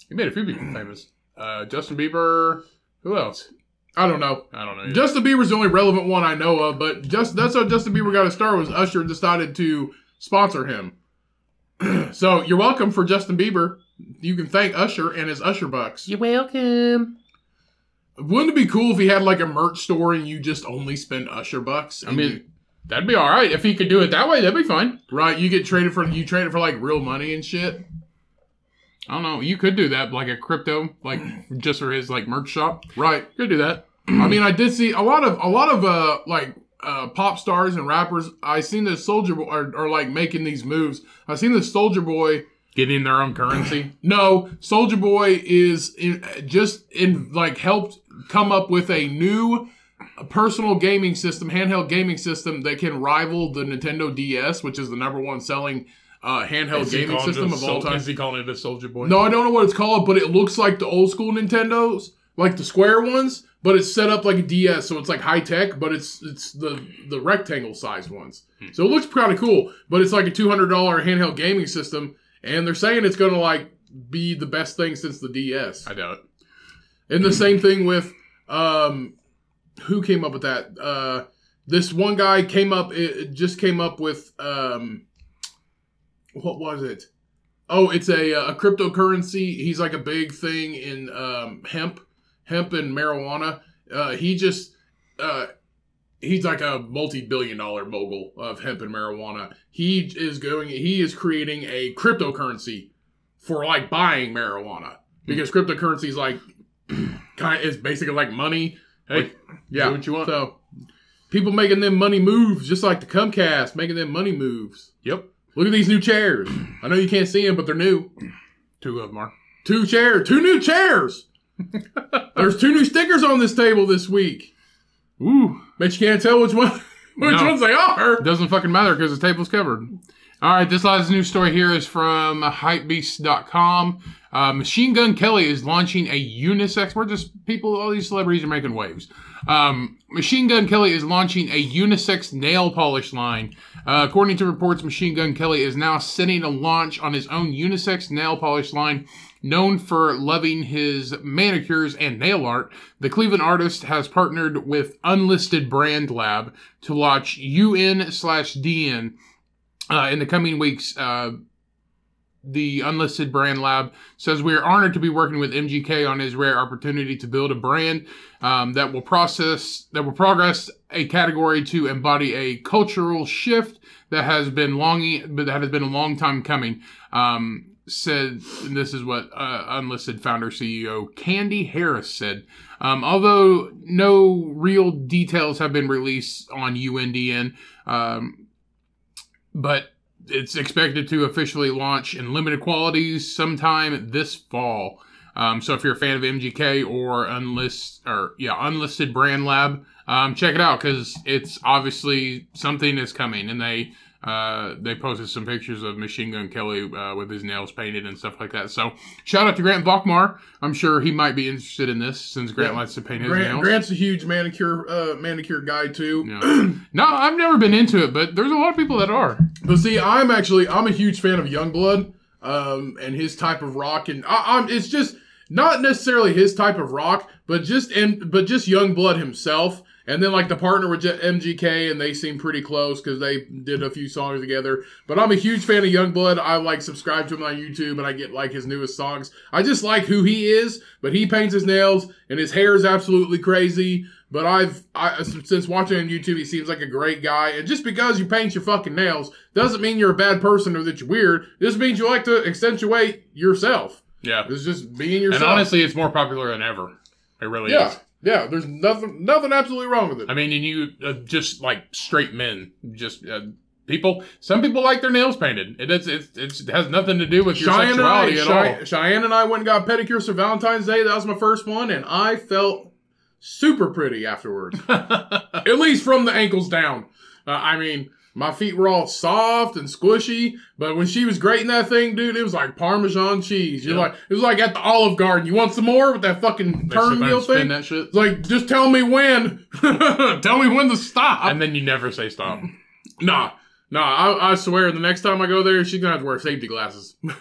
He made a few people famous. Uh, Justin Bieber. Who else?
I don't know.
I don't know. either.
Justin Bieber's the only relevant one I know of, but just that's how Justin Bieber got a star was Usher decided to sponsor him. so you're welcome for Justin Bieber. You can thank Usher and his Usher bucks.
You're welcome.
Wouldn't it be cool if he had like a merch store and you just only spend Usher bucks?
I
And
mean,
you-
that'd be all right if he could do it that way. That'd be fine.
right? You get traded for you trade it for like real money and shit.
I don't know. You could do that, like a crypto, like just for his like merch shop.
Right.
You could do that.
I mean, I did see a lot of a lot of uh like uh pop stars and rappers. I seen this Soldier Boy are, are like making these moves. I seen this Soldier Boy.
Get in their own currency.
No, Soldier Boy is in, just in like helped come up with a new personal gaming system, handheld gaming system that can rival the Nintendo DS, which is the number one selling uh, handheld
Is he
gaming
calling it
system
a
of all
sol-
time.
Is he calling it a soldier boy?
No, I don't know what it's called, but it looks like the old school Nintendos, like the square ones, but it's set up like a DS, so it's like high tech, but it's it's the the rectangle sized ones.
Hmm.
So it looks kind of cool, but it's like a two hundred dollar handheld gaming system, and they're saying it's gonna like be the best thing since the DS.
I doubt it.
And the same thing with um, who came up with that? Uh, this one guy came up, it, it just came up with um, what was it? Oh, it's a, uh, a cryptocurrency. He's like a big thing in um, hemp, hemp and marijuana. Uh, he just uh, he's like a multi-billion-dollar mogul of hemp and marijuana. He is going. He is creating a cryptocurrency for like buying
Hmm.
marijuana because cryptocurrency is like kind of is basically like money.
Hey,
Yeah.
do what you want.
So people making them money moves, just like the Comcast making them money moves.
Yep.
Look at these new chairs. I know you can't see them, but they're new.
Two of them are.
Two chairs, two new chairs. There's two new stickers on this table this week.
Ooh.
Bet you can't tell which one, which
No.
ones they are.
Doesn't fucking matter because the table's covered. All right, this last news story here is from hypebeast.com. Uh, Machine Gun Kelly is launching a unisex. We're just people, all these celebrities are making waves. Um, Machine Gun Kelly is launching a unisex nail polish line. Uh, according to reports, Machine Gun Kelly is now setting a launch on his own unisex nail polish line. Known for loving his manicures and nail art, the Cleveland artist has partnered with Unlisted Brand Lab to launch UN slash DN uh, in the coming weeks. Uh,
the unlisted brand lab says we are honored to be working with MGK on his rare opportunity to build a brand um, that will process that will progress a category to embody a cultural shift that has been longing but that has been a long time coming. Um, said and this is what uh, unlisted founder CEO Candy Harris said. Um, although no real details have been released on UNDN, um, but it's expected to officially launch in limited qualities sometime this fall. Um, so if you're a fan of MGK or unlist or yeah unlisted brand lab, um, check it out because it's obviously something is coming, and they uh, they posted some pictures of Machine Gun Kelly uh, with his nails painted and stuff like that. So shout out to Grant Valkmar. I'm sure he might be interested in this since Grant
Yeah.
likes to paint his
Grant,
nails.
Grant's a huge manicure uh, manicure guy too.
Yeah. no, I've never been into it, but there's a lot of people that are.
But see, I'm actually I'm a huge fan of Youngblood um, and his type of rock, and I, I'm it's just not necessarily his type of rock, but just and but just Youngblood himself. And then like the partner with J- MGK, and they seem pretty close because they did a few songs together. But I'm a huge fan of Youngblood. I like subscribe to him on YouTube, and I get like his newest songs. I just like who he is, but he paints his nails, and his hair is absolutely crazy. But I've I, since watching him on YouTube, he seems like a great guy. And just because you paint your fucking nails doesn't mean you're a bad person or that you're weird. This means you like to accentuate yourself.
Yeah,
It's just being
and
yourself.
honestly, it's more popular than ever. It really
yeah,
is.
yeah. There's nothing, nothing absolutely wrong with it.
I mean, and you uh, just like straight men, just uh, people. Some people like their nails painted. It is. It's, it's, it has nothing to do with your
Cheyenne and, I,
sexuality at all.
Chey- Cheyenne and I went and got pedicures for Valentine's Day. That was my first one, and I felt super pretty afterwards. At least from the ankles down. Uh, I mean, my feet were all soft and squishy, but when she was grating that thing, dude, it was like Parmesan cheese. You're
Yeah.
like, it was like at the Olive Garden. You want some more with that fucking
They sit there and
turnwheel
spin
thing?
that shit.
It's like, just tell me when. tell me when to stop.
and then you never say stop.
nah, nah. I, I swear, the next time I go there, she's gonna have to wear safety glasses.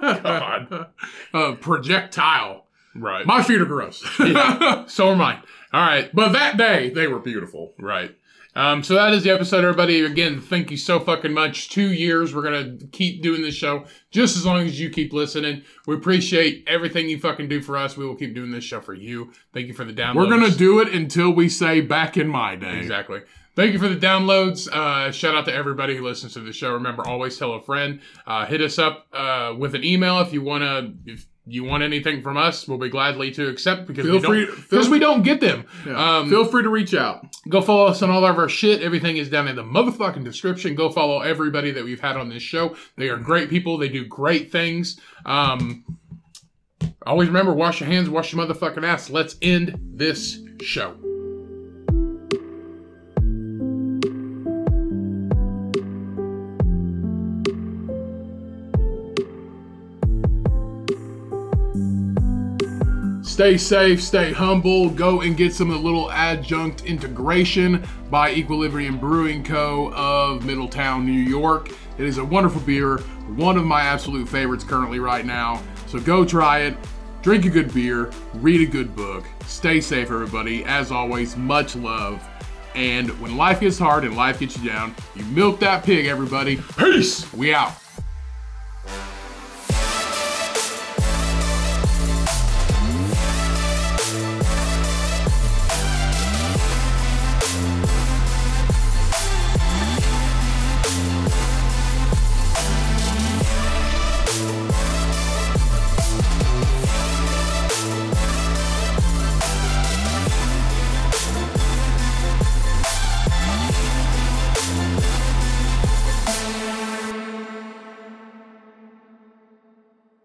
God, uh, projectile.
Right.
My feet are gross,
Yeah. so am I. All right.
but that day they were beautiful.
Right. Um, so that is the episode, everybody. Again, thank you so fucking much. Two years. We're going to keep doing this show just as long as you keep listening. We appreciate everything you fucking do for us. We will keep doing this show for you. Thank you for the downloads.
We're gonna do it until we say "back in my day."
Exactly. Thank you for the downloads. Uh, shout out to everybody who listens to the show. Remember, always tell a friend. Uh, hit us up uh, with an email if you wanna. If you want anything from us, we'll be gladly to accept because
Feel
we
free.
don't
Feel,
because we don't get them.
yeah.
Um,
feel free to reach out.
Go follow us on all of our shit. Everything is down in the motherfucking description. Go follow everybody that we've had on this show. They are great people. They do great things. Um, always remember, wash your hands, wash your motherfucking ass. Let's end this show.
Stay safe, stay humble, go and get some of the little adjunct integration by Equilibrium Brewing Co. of Middletown, New York. It is a wonderful beer, one of my absolute favorites currently right now. So go try it, drink a good beer, read a good book. Stay safe, everybody. As always, much love. And when life gets hard and life gets you down, you milk that pig, everybody.
Peace.
We out.